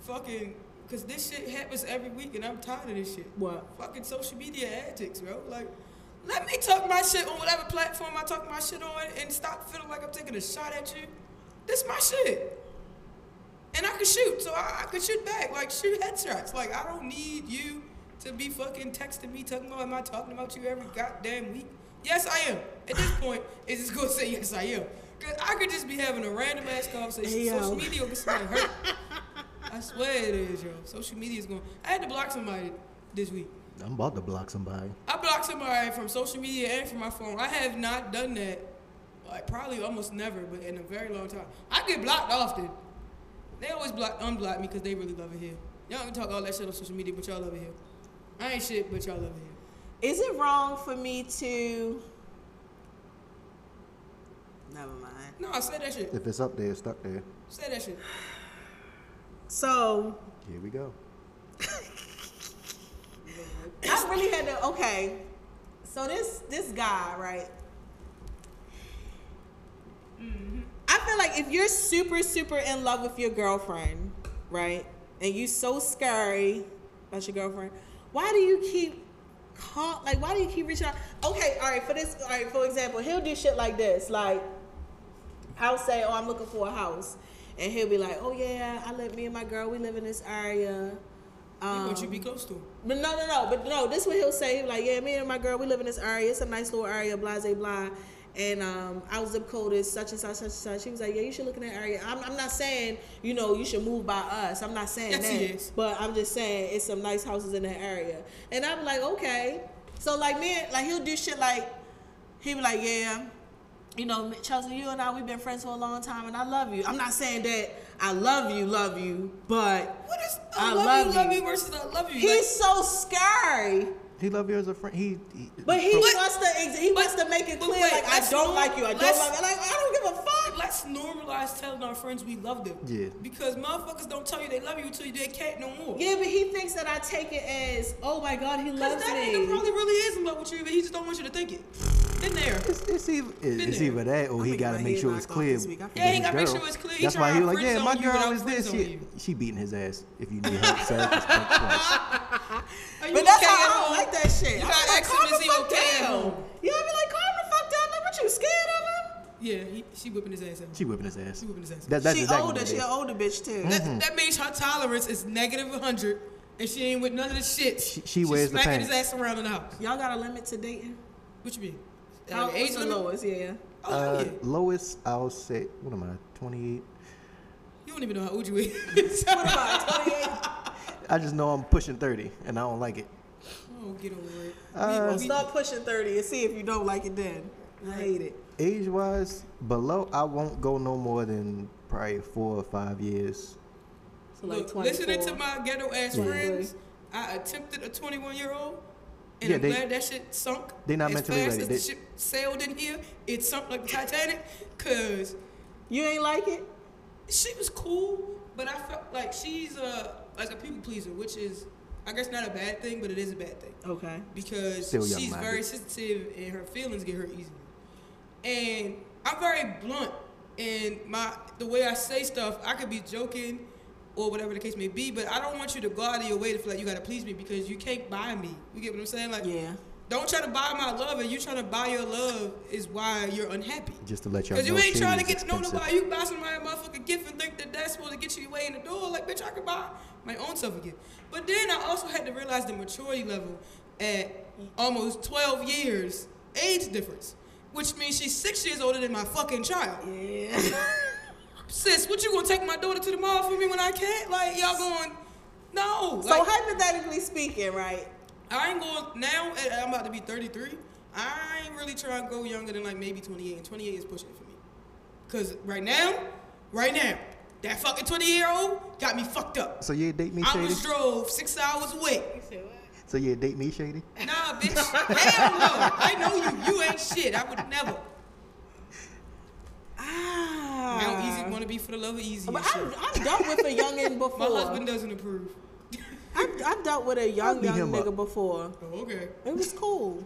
Speaker 2: fucking because this shit happens every week and I'm tired of this shit.
Speaker 3: What?
Speaker 2: Fucking social media addicts, bro. Like, let me talk my shit on whatever platform I talk my shit on and stop feeling like I'm taking a shot at you. This my shit. And I can shoot, so I, I can shoot back, like shoot headshots. Like I don't need you to be fucking texting me, talking about am I talking about you every goddamn week? Yes, I am. At this point, it's just gonna say yes, I am. Cause I could just be having a random ass conversation.
Speaker 3: Hey, yo.
Speaker 2: Social media will get somebody hurt. I swear it is, yo. Social media is going. I had to block somebody this week.
Speaker 4: I'm about to block somebody.
Speaker 2: I blocked somebody from social media and from my phone. I have not done that, like probably almost never, but in a very long time. I get blocked often. They always block, unblock me because they really love it here. Y'all can talk all that shit on social media, but y'all love it here. I ain't shit, but y'all love it here.
Speaker 3: Is it wrong for me to? Never mind.
Speaker 2: No, I said that shit.
Speaker 4: If it's up there, it's stuck there.
Speaker 2: Say that shit.
Speaker 3: So
Speaker 4: Here we go.
Speaker 3: I really had to. Okay, so this this guy, right? I feel like if you're super super in love with your girlfriend, right, and you so scary about your girlfriend, why do you keep call like why do you keep reaching out? Okay, all right. For this, all right. For example, he'll do shit like this, like. I'll say, "Oh, I'm looking for a house," and he'll be like, "Oh yeah, I live. Me and my girl, we live in this area."
Speaker 2: You
Speaker 3: Um,
Speaker 2: want you to be close to him.
Speaker 3: but no, no, no. But no, this what he'll say. He like, yeah, me and my girl, we live in this area. It's a nice little area, blah, blah, blah. And um, our zip code is such and such, such and such. She was like, yeah, you should look in that area. I'm, I'm not saying, you know, you should move by us. I'm not saying
Speaker 2: Yes,
Speaker 3: that.
Speaker 2: he is.
Speaker 3: But I'm just saying it's some nice houses in that area. And I'm like, okay. So, like, me, and- like, he'll do shit like, he be like, yeah, you know, Chelsea, you and I, we've been friends for a long time, and I love you. I'm not saying that I love you, love you, but
Speaker 2: What is
Speaker 3: I
Speaker 2: I, love, you,
Speaker 3: love
Speaker 2: love
Speaker 3: you.
Speaker 2: you versus I love you?
Speaker 3: he's so scary.
Speaker 4: He love you as a friend. He, he
Speaker 3: But he
Speaker 4: pro-
Speaker 3: wants to. ex- He wants to make it
Speaker 2: but
Speaker 3: clear,
Speaker 2: wait,
Speaker 3: like I
Speaker 2: let's
Speaker 3: don't
Speaker 2: not-
Speaker 3: like you. I don't
Speaker 2: let's-
Speaker 3: like. Like I don't give a
Speaker 2: Like,
Speaker 3: fuck.
Speaker 2: let's normalize telling our friends we love them.
Speaker 4: Yeah.
Speaker 2: Because motherfuckers don't tell you they love you until you they can't no more.
Speaker 3: Yeah, but he thinks that I take it as, oh my god, he
Speaker 2: Because
Speaker 3: loves
Speaker 2: that
Speaker 3: me.
Speaker 2: nigga probably really is in love with you, but he just don't want you to think it. Been there.
Speaker 4: it's, it's either it- it's
Speaker 2: there.
Speaker 4: either that or he
Speaker 3: I'm gonna
Speaker 4: gotta
Speaker 3: get my
Speaker 4: make
Speaker 3: head
Speaker 4: sure
Speaker 3: knocked
Speaker 4: it's
Speaker 3: off
Speaker 4: clear.
Speaker 3: this week. I
Speaker 4: with
Speaker 3: Yeah,
Speaker 2: he
Speaker 4: his
Speaker 2: gotta make
Speaker 4: girl.
Speaker 2: sure it's clear. He
Speaker 4: That's why
Speaker 2: trying
Speaker 4: he
Speaker 2: to
Speaker 4: like, yeah,
Speaker 2: friend
Speaker 4: my
Speaker 2: zone you without
Speaker 4: girl is
Speaker 2: friend
Speaker 4: this. She,
Speaker 2: zoning
Speaker 4: she beating his ass if you need help. self-respect
Speaker 2: Are you
Speaker 3: But that's
Speaker 2: okay
Speaker 3: how
Speaker 2: at
Speaker 3: I
Speaker 2: home?
Speaker 3: don't like that shit.
Speaker 2: You
Speaker 3: I'm
Speaker 2: gotta
Speaker 3: like,
Speaker 2: ask
Speaker 3: calm
Speaker 2: him,
Speaker 3: the
Speaker 2: is he
Speaker 3: fuck
Speaker 2: okay at
Speaker 3: down.
Speaker 2: home?
Speaker 3: Yeah, I be like, calm the fuck down. Like, what you scared of him?
Speaker 2: Yeah, he, she whipping his ass out.
Speaker 4: twice. she whipping his ass.
Speaker 2: She whipping his ass out.
Speaker 4: That, that's
Speaker 3: she
Speaker 4: exactly
Speaker 3: older.
Speaker 4: What it
Speaker 3: She
Speaker 4: is. Mm.
Speaker 3: an older bitch too.
Speaker 2: That,
Speaker 4: Mm-hmm.
Speaker 2: that means her tolerance is negative 100, and she ain't with none of the shit.
Speaker 4: She- she wears the
Speaker 2: smacking
Speaker 4: pants.
Speaker 2: his ass around in the house.
Speaker 3: Y'all got a limit to dating?
Speaker 2: What you mean?
Speaker 3: How,
Speaker 2: Like, age
Speaker 3: what's the
Speaker 2: limit?
Speaker 3: lowest? Yeah.
Speaker 2: Oh,
Speaker 4: Uh,
Speaker 2: yeah.
Speaker 4: lowest, I'll say, what am I, 28?
Speaker 2: You don't even know how old you is.
Speaker 3: What about 28?
Speaker 4: I just know I'm pushing 30, and I don't like it.
Speaker 2: oh, get over it.
Speaker 3: Well,
Speaker 4: Uh,
Speaker 2: We- we-
Speaker 3: start pushing 30 and see if you don't like it then. I hate it.
Speaker 4: Age wise, below, I won't go no more than probably four or five years.
Speaker 3: So like
Speaker 2: Look, listening to
Speaker 3: 24.
Speaker 2: my ghetto ass
Speaker 4: Yeah.
Speaker 2: friends, I attempted a 21 year old, and
Speaker 4: Yeah,
Speaker 2: I'm
Speaker 4: they-
Speaker 2: glad that shit sunk.
Speaker 4: they not
Speaker 2: as
Speaker 4: mentally
Speaker 2: fast
Speaker 4: ready.
Speaker 2: As
Speaker 4: They-
Speaker 2: the ship sailed in here, it sunk like the Titanic, cause
Speaker 3: You ain't like it?
Speaker 2: she was cool, but I felt like she's a like a people pleaser, which is, I guess, not a bad thing, but it is a bad thing
Speaker 3: Okay.
Speaker 2: because
Speaker 4: Still
Speaker 2: she's
Speaker 4: young-minded.
Speaker 2: very sensitive and her feelings get hurt easily. And I'm very blunt and my the way I say stuff, I could be joking or whatever the case may be, but I don't want you to go out of your way to feel like you gotta please me because you can't buy me. You get what I'm saying? Like
Speaker 3: Yeah.
Speaker 2: don't try to buy my love and you trying to buy your love is why you're unhappy.
Speaker 4: Just to let y'all know.
Speaker 2: Cause you ain't
Speaker 4: shade
Speaker 2: trying to
Speaker 4: is
Speaker 2: get to know
Speaker 4: expensive.
Speaker 2: nobody. You buy somebody a motherfucking gift and think that that's supposed to get you away in the door. Like, bitch, I could buy my own self a gift. But then I also had to realize the maturity level at almost 12 years age difference, which means she's six years older than my fucking child.
Speaker 3: Yeah.
Speaker 2: Sis, what you gonna take my daughter to the mall for me when I can't? Like, y'all going, no.
Speaker 3: so
Speaker 2: like,
Speaker 3: hypothetically speaking, right?
Speaker 2: I ain't going now. eh, I'm about to be 33. I ain't really trying to go younger than like maybe 28, and 28 is pushing it for me. Cause right now, right now, that fucking 20 year old got me fucked up.
Speaker 4: So you date me,
Speaker 2: I
Speaker 4: Shady?
Speaker 2: was drove six hours away.
Speaker 4: So you date me, Shady?
Speaker 2: Nah, bitch. Hell no. I know you. You ain't shit. I would never.
Speaker 3: Ah.
Speaker 2: Now easy wanna be for the love of easy. and
Speaker 3: But
Speaker 2: shit.
Speaker 3: I've, I've dealt with a youngin' before.
Speaker 2: My husband doesn't approve.
Speaker 3: I've, I've dealt with a young
Speaker 4: I'll beat
Speaker 3: young
Speaker 4: him
Speaker 3: nigga
Speaker 4: up.
Speaker 3: before.
Speaker 2: Oh, okay.
Speaker 3: It was cool.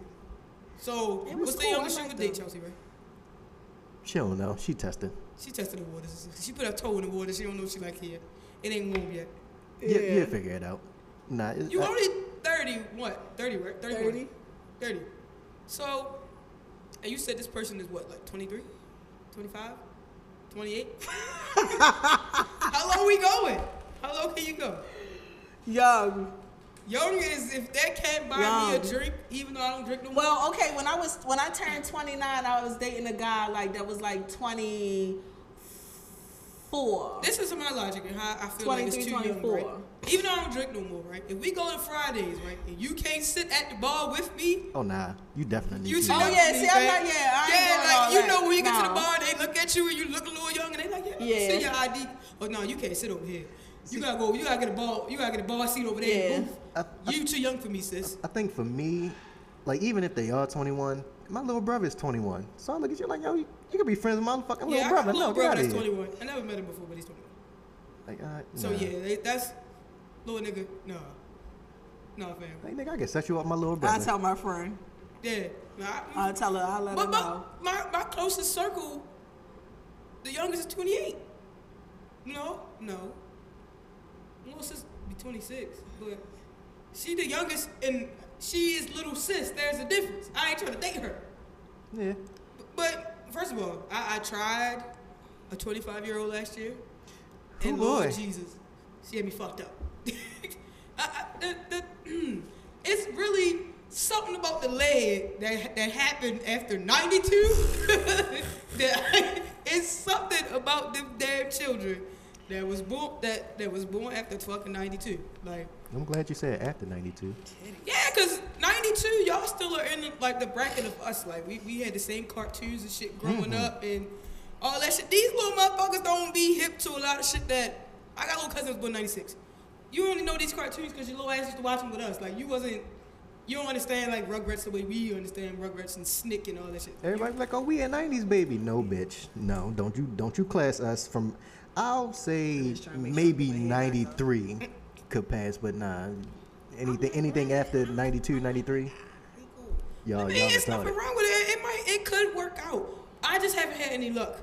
Speaker 2: So
Speaker 3: It was
Speaker 2: what's the
Speaker 3: cool.
Speaker 2: youngest
Speaker 3: I
Speaker 2: you
Speaker 3: like
Speaker 2: would date,
Speaker 3: them.
Speaker 2: Chelsea, right?
Speaker 4: She don't know. She testing.
Speaker 2: She tested the waters. She put her toe in the water. She don't know what she like here. It ain't warm yet.
Speaker 4: Yeah.
Speaker 3: Yeah.
Speaker 4: You, will figure it out. Nah, it,
Speaker 2: You
Speaker 4: I-
Speaker 2: only 30, what? 30, right? 31.
Speaker 3: 30.
Speaker 2: 30. So, and you said this person is what, like 23? 25? 28? How low we going? How low can you go?
Speaker 3: Young.
Speaker 2: Young is if that can't buy
Speaker 3: Young.
Speaker 2: me a drink, even though I don't drink no more.
Speaker 3: Well, okay, when I was when I turned 29, I was dating a guy like that was like 24.
Speaker 2: This is my logic and how I feel like it's too
Speaker 3: 23,
Speaker 2: young, right?
Speaker 3: 24.
Speaker 2: Even though I don't drink no more, right? If we go to Fridays, right, and you can't sit at the bar with me,
Speaker 4: Oh nah, you definitely need
Speaker 2: You
Speaker 4: to.
Speaker 2: too
Speaker 3: Oh,
Speaker 2: young
Speaker 3: yeah,
Speaker 2: to
Speaker 3: see,
Speaker 2: be
Speaker 3: I'm
Speaker 2: fat.
Speaker 3: not- yeah, I ain't
Speaker 2: yeah,
Speaker 3: doing
Speaker 2: like
Speaker 3: all
Speaker 2: you
Speaker 3: that.
Speaker 2: know when you get to
Speaker 3: No.
Speaker 2: the bar, they look at you and you look a little young, and they like, yeah, let me
Speaker 3: Yeah.
Speaker 2: see your ID. Oh no, you can't sit over here. You gotta go. You gotta get a ball. You gotta get a ball seat over there.
Speaker 3: Yeah.
Speaker 2: And move.
Speaker 4: I- I-
Speaker 2: you too young for me, sis.
Speaker 4: I think for me, like even if they are 21, my little brother is 21. So I look at you like, yo, you, you could be friends with my motherfucking
Speaker 2: yeah,
Speaker 4: little
Speaker 2: I got
Speaker 4: brother.
Speaker 2: a little
Speaker 4: no, get
Speaker 2: brother
Speaker 4: outta
Speaker 2: that's
Speaker 4: here.
Speaker 2: 21. I never met him before, but he's 21.
Speaker 4: Like, uh,
Speaker 2: So
Speaker 4: nah.
Speaker 2: yeah, they, that's little nigga. No, no, fam.
Speaker 4: Like nigga, I can set you up my little
Speaker 3: I
Speaker 4: brother.
Speaker 3: tell my friend.
Speaker 2: Yeah, no, I,
Speaker 3: I tell her. I let her
Speaker 2: but my,
Speaker 3: know.
Speaker 2: my my closest circle, the youngest is 28. No, no. Little sis be 26, but she the youngest, and she is little sis. There's a difference. I ain't trying to date her.
Speaker 4: yeah.
Speaker 2: But first of all, I, I tried a 25 year old last year, and
Speaker 4: Oh,
Speaker 2: Lord
Speaker 4: boy.
Speaker 2: Jesus, she had me fucked up. I, I, the, the, it's really something about the leg that that happened after 92. that it's something about them damn children that was born that that was born after fucking 92. Like.
Speaker 4: I'm glad you said after 92.
Speaker 2: Yeah, cause '92, y'all still are in the, like the bracket of us. Like we, we had the same cartoons and shit growing up and all that shit. These little motherfuckers don't be hip to a lot of shit that I got little cousins born '96. You only know these cartoons cause your little ass used to watch them with us. Like you wasn't, you don't understand like Rugrats the way we understand Rugrats and Snick and all that shit.
Speaker 4: Everybody be like, oh, we a 90s baby. No, bitch. No, don't you don't you class us from. I'll say maybe 93 could pass, but nah. Anything anything after 92, 93,
Speaker 2: I
Speaker 4: y'all Oh, y'all
Speaker 2: mean, it's nothing
Speaker 4: retarded.
Speaker 2: wrong with it. It might, it could work out. I just haven't had any luck.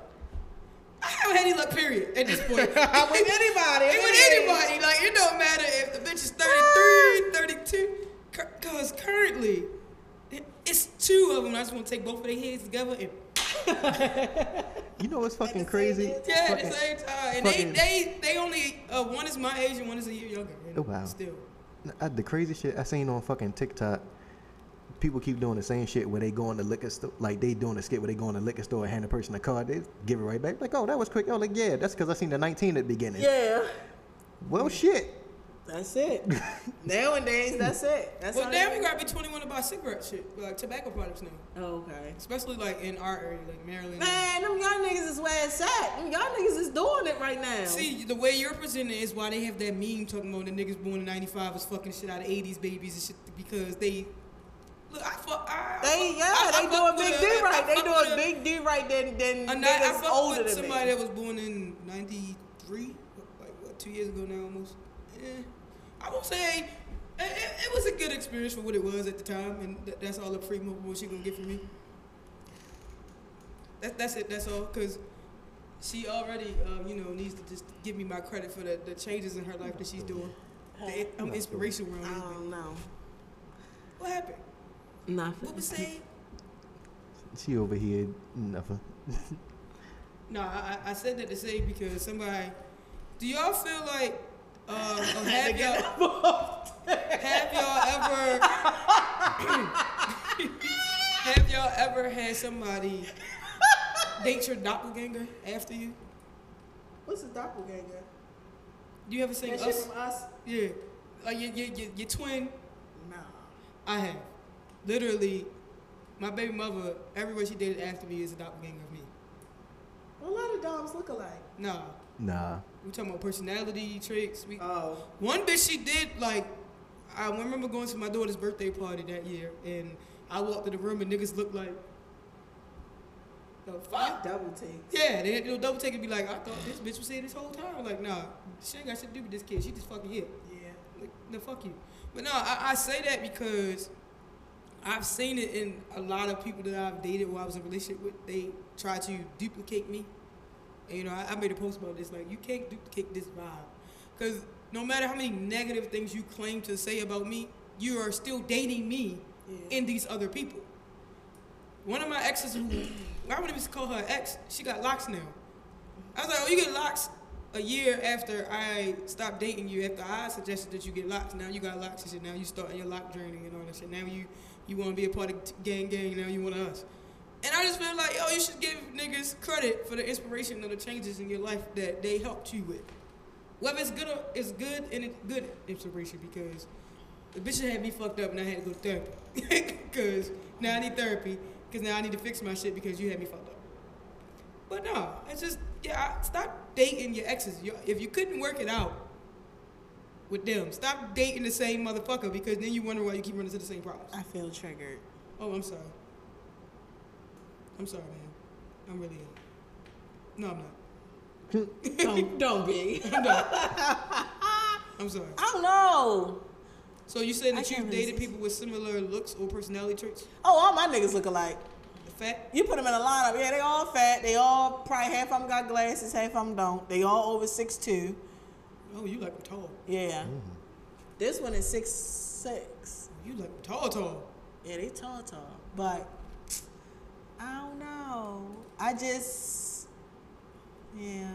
Speaker 2: I haven't had any luck, period, at this point. with
Speaker 3: anybody,
Speaker 2: With
Speaker 3: any
Speaker 2: anybody. Like, it don't matter if the bitch is 33, 32. Because currently, it- it's two of them. I just want to take both of their heads together and
Speaker 4: You know what's fucking crazy?
Speaker 2: yeah, at
Speaker 4: Fucking-
Speaker 2: the same time. And
Speaker 4: fucking-
Speaker 2: they, they, they only, uh, one is my age and one is a year younger. And
Speaker 4: Oh, wow.
Speaker 2: Still.
Speaker 4: I, the crazy shit I seen on fucking TikTok. people keep doing the same shit where they go in the liquor store, like they doing a skit where they go in the liquor store, hand a person a card, they give it right back. Like, oh, that was quick. Oh, like yeah, that's because I seen the 19 at the beginning.
Speaker 3: Yeah.
Speaker 4: Well, shit.
Speaker 3: That's it. Nowadays, that's it. That's
Speaker 2: Well,
Speaker 3: all
Speaker 2: damn,
Speaker 3: they-
Speaker 2: you gotta be 21 to buy cigarette shit, like tobacco products now.
Speaker 3: Oh, okay.
Speaker 2: Especially like in our area, like Maryland.
Speaker 3: Man, them young niggas is where it's at. Them young niggas is doing it right now.
Speaker 2: See, the way you're presenting is why they have that meme talking about the niggas born in 95 is fucking shit out of 80s babies and shit because they. Look, I fuck. I,
Speaker 3: they yeah,
Speaker 2: I- I
Speaker 3: they
Speaker 2: fuck
Speaker 3: doing big
Speaker 2: with
Speaker 3: D
Speaker 2: a-
Speaker 3: right.
Speaker 2: I
Speaker 3: They
Speaker 2: fuck
Speaker 3: doing
Speaker 2: with a-
Speaker 3: big D right than than
Speaker 2: a ni- I
Speaker 3: niggas
Speaker 2: fuck
Speaker 3: older
Speaker 2: with
Speaker 3: than me.
Speaker 2: somebody that was born in 93, like what, two years ago now almost. Eh. I will say it, it, it was a good experience for what it was at the time, and th- that's all the free movement she gonna get from me. That, that's it. That's all. Cause she already, um, you know, needs to just give me my credit for the, the changes in her life that she's doing. The, I'm inspirational around
Speaker 3: I
Speaker 2: everything.
Speaker 3: don't know.
Speaker 2: What happened? What
Speaker 3: Nothing.
Speaker 2: was said?
Speaker 4: She over here, nothing.
Speaker 2: No, I, I I said that to say because somebody. Do y'all feel like? Uh, or have y'all have y'all ever have y'all ever had somebody date your doppelganger after you?
Speaker 3: What's a doppelganger?
Speaker 2: Do you ever seen
Speaker 3: That shit
Speaker 2: us?
Speaker 3: from us?
Speaker 2: Yeah, like your your, your your twin.
Speaker 3: No.
Speaker 2: I have literally my baby mother. Everywhere she dated after me is a doppelganger of me.
Speaker 3: A lot of dogs look alike.
Speaker 2: Nah,
Speaker 4: Nah.
Speaker 2: we talking about personality traits. We
Speaker 3: Oh.
Speaker 2: One bitch she did like I remember going to my daughter's birthday party that year and I walked in the room and niggas looked like the fuck
Speaker 3: Double takes.
Speaker 2: Yeah, they they'll double take and be like, I thought this bitch was here this whole time. Like, nah, she ain't got shit to do with this kid. She just fucking here.
Speaker 3: Yeah.
Speaker 2: Like, no, fuck you. But no, I, I say that because I've seen it in a lot of people that I've dated or I was in a relationship with. They try to duplicate me. And, you know, I, I made a post about this. Like, you can't duplicate this vibe. Because no matter how many negative things you claim to say about me, you are still dating me
Speaker 3: Yeah.
Speaker 2: in these other people. One of my exes, who I wouldn't even call her ex, she got locks now. I was like, oh, you get locks a year after I stopped dating you, after I suggested that you get locks. Now you got locks and shit. Now you starting your lock journey and all that shit. Now you you want to be a part of t- gang gang. Now you want us. And I just feel like, yo, you should give niggas credit for the inspiration of the changes in your life that they helped you with. Whether it's good or it's good and it's good inspiration because the bitch had me fucked up and I had to go to therapy. Cause now I need therapy. Cause now I need to fix my shit because you had me fucked up. But no, it's just yeah. I- Stop dating your exes. You- If you couldn't work it out with them, stop dating the same motherfucker because then you wonder why you keep running into the same problems.
Speaker 3: I feel triggered.
Speaker 2: Oh, I'm sorry. I'm sorry, man. I'm really. No, I'm not.
Speaker 3: don't don't be.
Speaker 2: I'm not. I'm sorry.
Speaker 3: I don't know.
Speaker 2: So you
Speaker 3: I
Speaker 2: saying that
Speaker 3: can't
Speaker 2: you've
Speaker 3: resist.
Speaker 2: dated people with similar looks or personality traits?
Speaker 3: Oh, all my niggas look alike.
Speaker 2: Fat?
Speaker 3: You put them in a lineup. Yeah, they all fat. They all probably half of them got glasses, half of them don't. They all over six two.
Speaker 2: Oh, you like them tall.
Speaker 3: Yeah. This one is six six.
Speaker 2: You like them tall, tall.
Speaker 3: Yeah, they tall tall. But I don't know. I just yeah.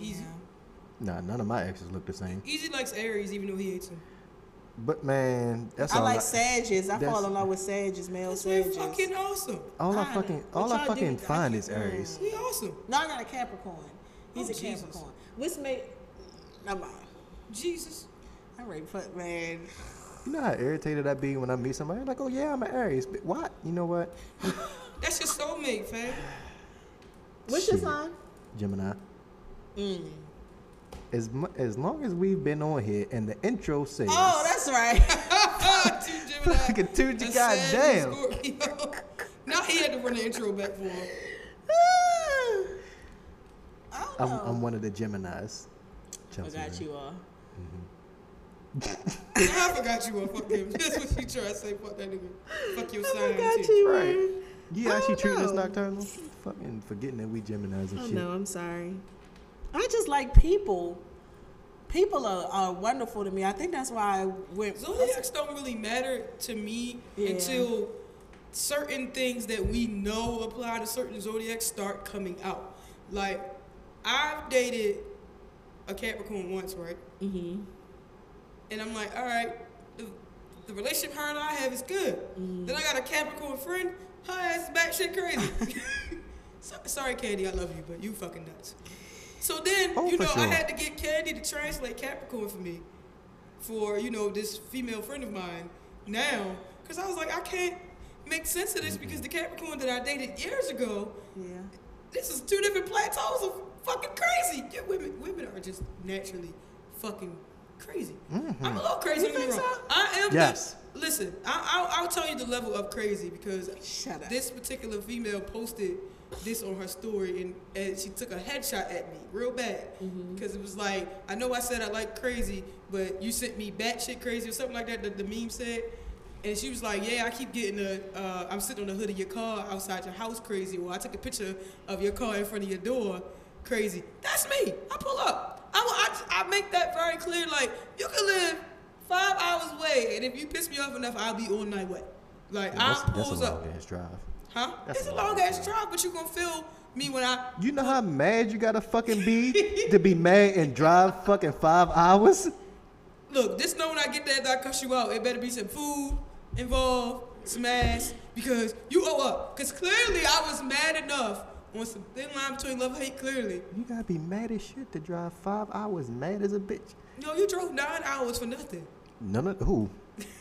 Speaker 2: Easy.
Speaker 3: Yeah.
Speaker 4: Nah, none of my exes look the same.
Speaker 2: Easy likes Aries, even though he hates him.
Speaker 4: But man, that's
Speaker 3: I
Speaker 4: all
Speaker 3: like Sages. I
Speaker 4: that's-
Speaker 3: fall in love with Sages, male
Speaker 2: This man
Speaker 3: Sages.
Speaker 2: fucking awesome.
Speaker 4: All I
Speaker 3: Fine.
Speaker 4: fucking
Speaker 3: But
Speaker 4: all I
Speaker 3: y'all do
Speaker 4: fucking
Speaker 3: it. I
Speaker 4: find
Speaker 3: keep-
Speaker 4: is Aries.
Speaker 2: He awesome.
Speaker 3: No, I got a Capricorn. He's
Speaker 2: Oh,
Speaker 3: a
Speaker 2: Jesus.
Speaker 3: Capricorn. Which make never mind.
Speaker 2: Jesus.
Speaker 3: I already put man.
Speaker 4: You know how irritated I be when I meet somebody? Like, oh yeah, I'm an Aries. But what? You know what?
Speaker 2: That's your soulmate, fam.
Speaker 3: What's your
Speaker 4: Shit.
Speaker 3: sign?
Speaker 4: Gemini.
Speaker 3: Mm.
Speaker 4: As mu- as long as we've been on here and the intro says,
Speaker 3: Oh, that's right.
Speaker 2: Ah, two Gemini.
Speaker 4: Fucking two G-
Speaker 2: a Sagittarius,
Speaker 4: goddamn.
Speaker 2: Scorpio. now he had to run the intro back for him.
Speaker 3: I don't
Speaker 4: I'm,
Speaker 3: know.
Speaker 4: I'm one of the Geminis.
Speaker 3: I
Speaker 4: Chelsea,
Speaker 3: got
Speaker 4: man.
Speaker 3: you all.
Speaker 2: Now I forgot you were fuck him. That's what you try to say. Fuck that nigga. Fuck your sign. too.
Speaker 4: Right. You
Speaker 3: I
Speaker 4: actually
Speaker 3: don't
Speaker 4: treating us
Speaker 3: know.
Speaker 4: nocturnal? Fucking forgetting that we Geminis and
Speaker 3: I
Speaker 4: shit.
Speaker 3: know. Oh, I'm sorry. I just like people. People are, are wonderful to me. I think that's why I went.
Speaker 2: Zodiacs don't really matter to me
Speaker 3: Yeah.
Speaker 2: until certain things that we know apply to certain zodiacs start coming out. Like, I've dated a Capricorn once, right? Mm-hmm. And I'm like, all right, the The relationship her and I have is good.
Speaker 4: Mm-hmm.
Speaker 2: Then I got a Capricorn friend. Her ass is batshit crazy. so, sorry, Candy, I love you, but you fucking nuts. So then,
Speaker 4: Oh,
Speaker 2: you
Speaker 4: for
Speaker 2: know, I
Speaker 4: sure.
Speaker 2: had to get Candy to translate Capricorn for me, for you know this female friend of mine now, because I was like, I can't make sense of
Speaker 4: Mm-hmm.
Speaker 2: this because the Capricorn that I dated years ago
Speaker 3: Yeah.
Speaker 2: this is two different plateaus of fucking crazy. Yeah, women, women are just naturally fucking crazy. I'm a little crazy.
Speaker 3: You
Speaker 2: don't get me
Speaker 3: think
Speaker 2: wrong.
Speaker 3: so?
Speaker 2: I am.
Speaker 4: Yes.
Speaker 2: The, listen, I, I'll, I'll tell you the level of crazy because
Speaker 3: Shut up.
Speaker 2: this particular female posted this on her story and, and she took a headshot at me real bad because it was like I know I said I like crazy, but you sent me batshit crazy or something like that. That the meme said. And she was like, "Yeah, I keep getting a. Uh, I'm sitting on the hood of your car outside your house, crazy. Or I took a picture of your car in front of your door, crazy. That's me. I pull up. I, will- I, I make that very clear. Like you can live five hours away, and if you piss me off enough, I'll be on my way. Like
Speaker 4: that's,
Speaker 2: I
Speaker 4: that's a
Speaker 2: pulls up.
Speaker 4: long ass drive.
Speaker 2: Huh?
Speaker 4: That's
Speaker 2: it's
Speaker 4: a
Speaker 2: a
Speaker 4: long
Speaker 2: long ass
Speaker 4: time.
Speaker 2: drive, but you gonna feel me when I.
Speaker 4: You know how mad you gotta fucking be to be mad and drive fucking five hours?
Speaker 2: Look, just know when I get there that I cuss you out. It better be some food involved, some ass, because you owe up. Because clearly I was mad enough on some thin line between love and hate, clearly.
Speaker 4: You gotta be mad as shit to drive five hours mad as a bitch.
Speaker 2: Yo, you drove nine hours for nothing.
Speaker 4: None of who?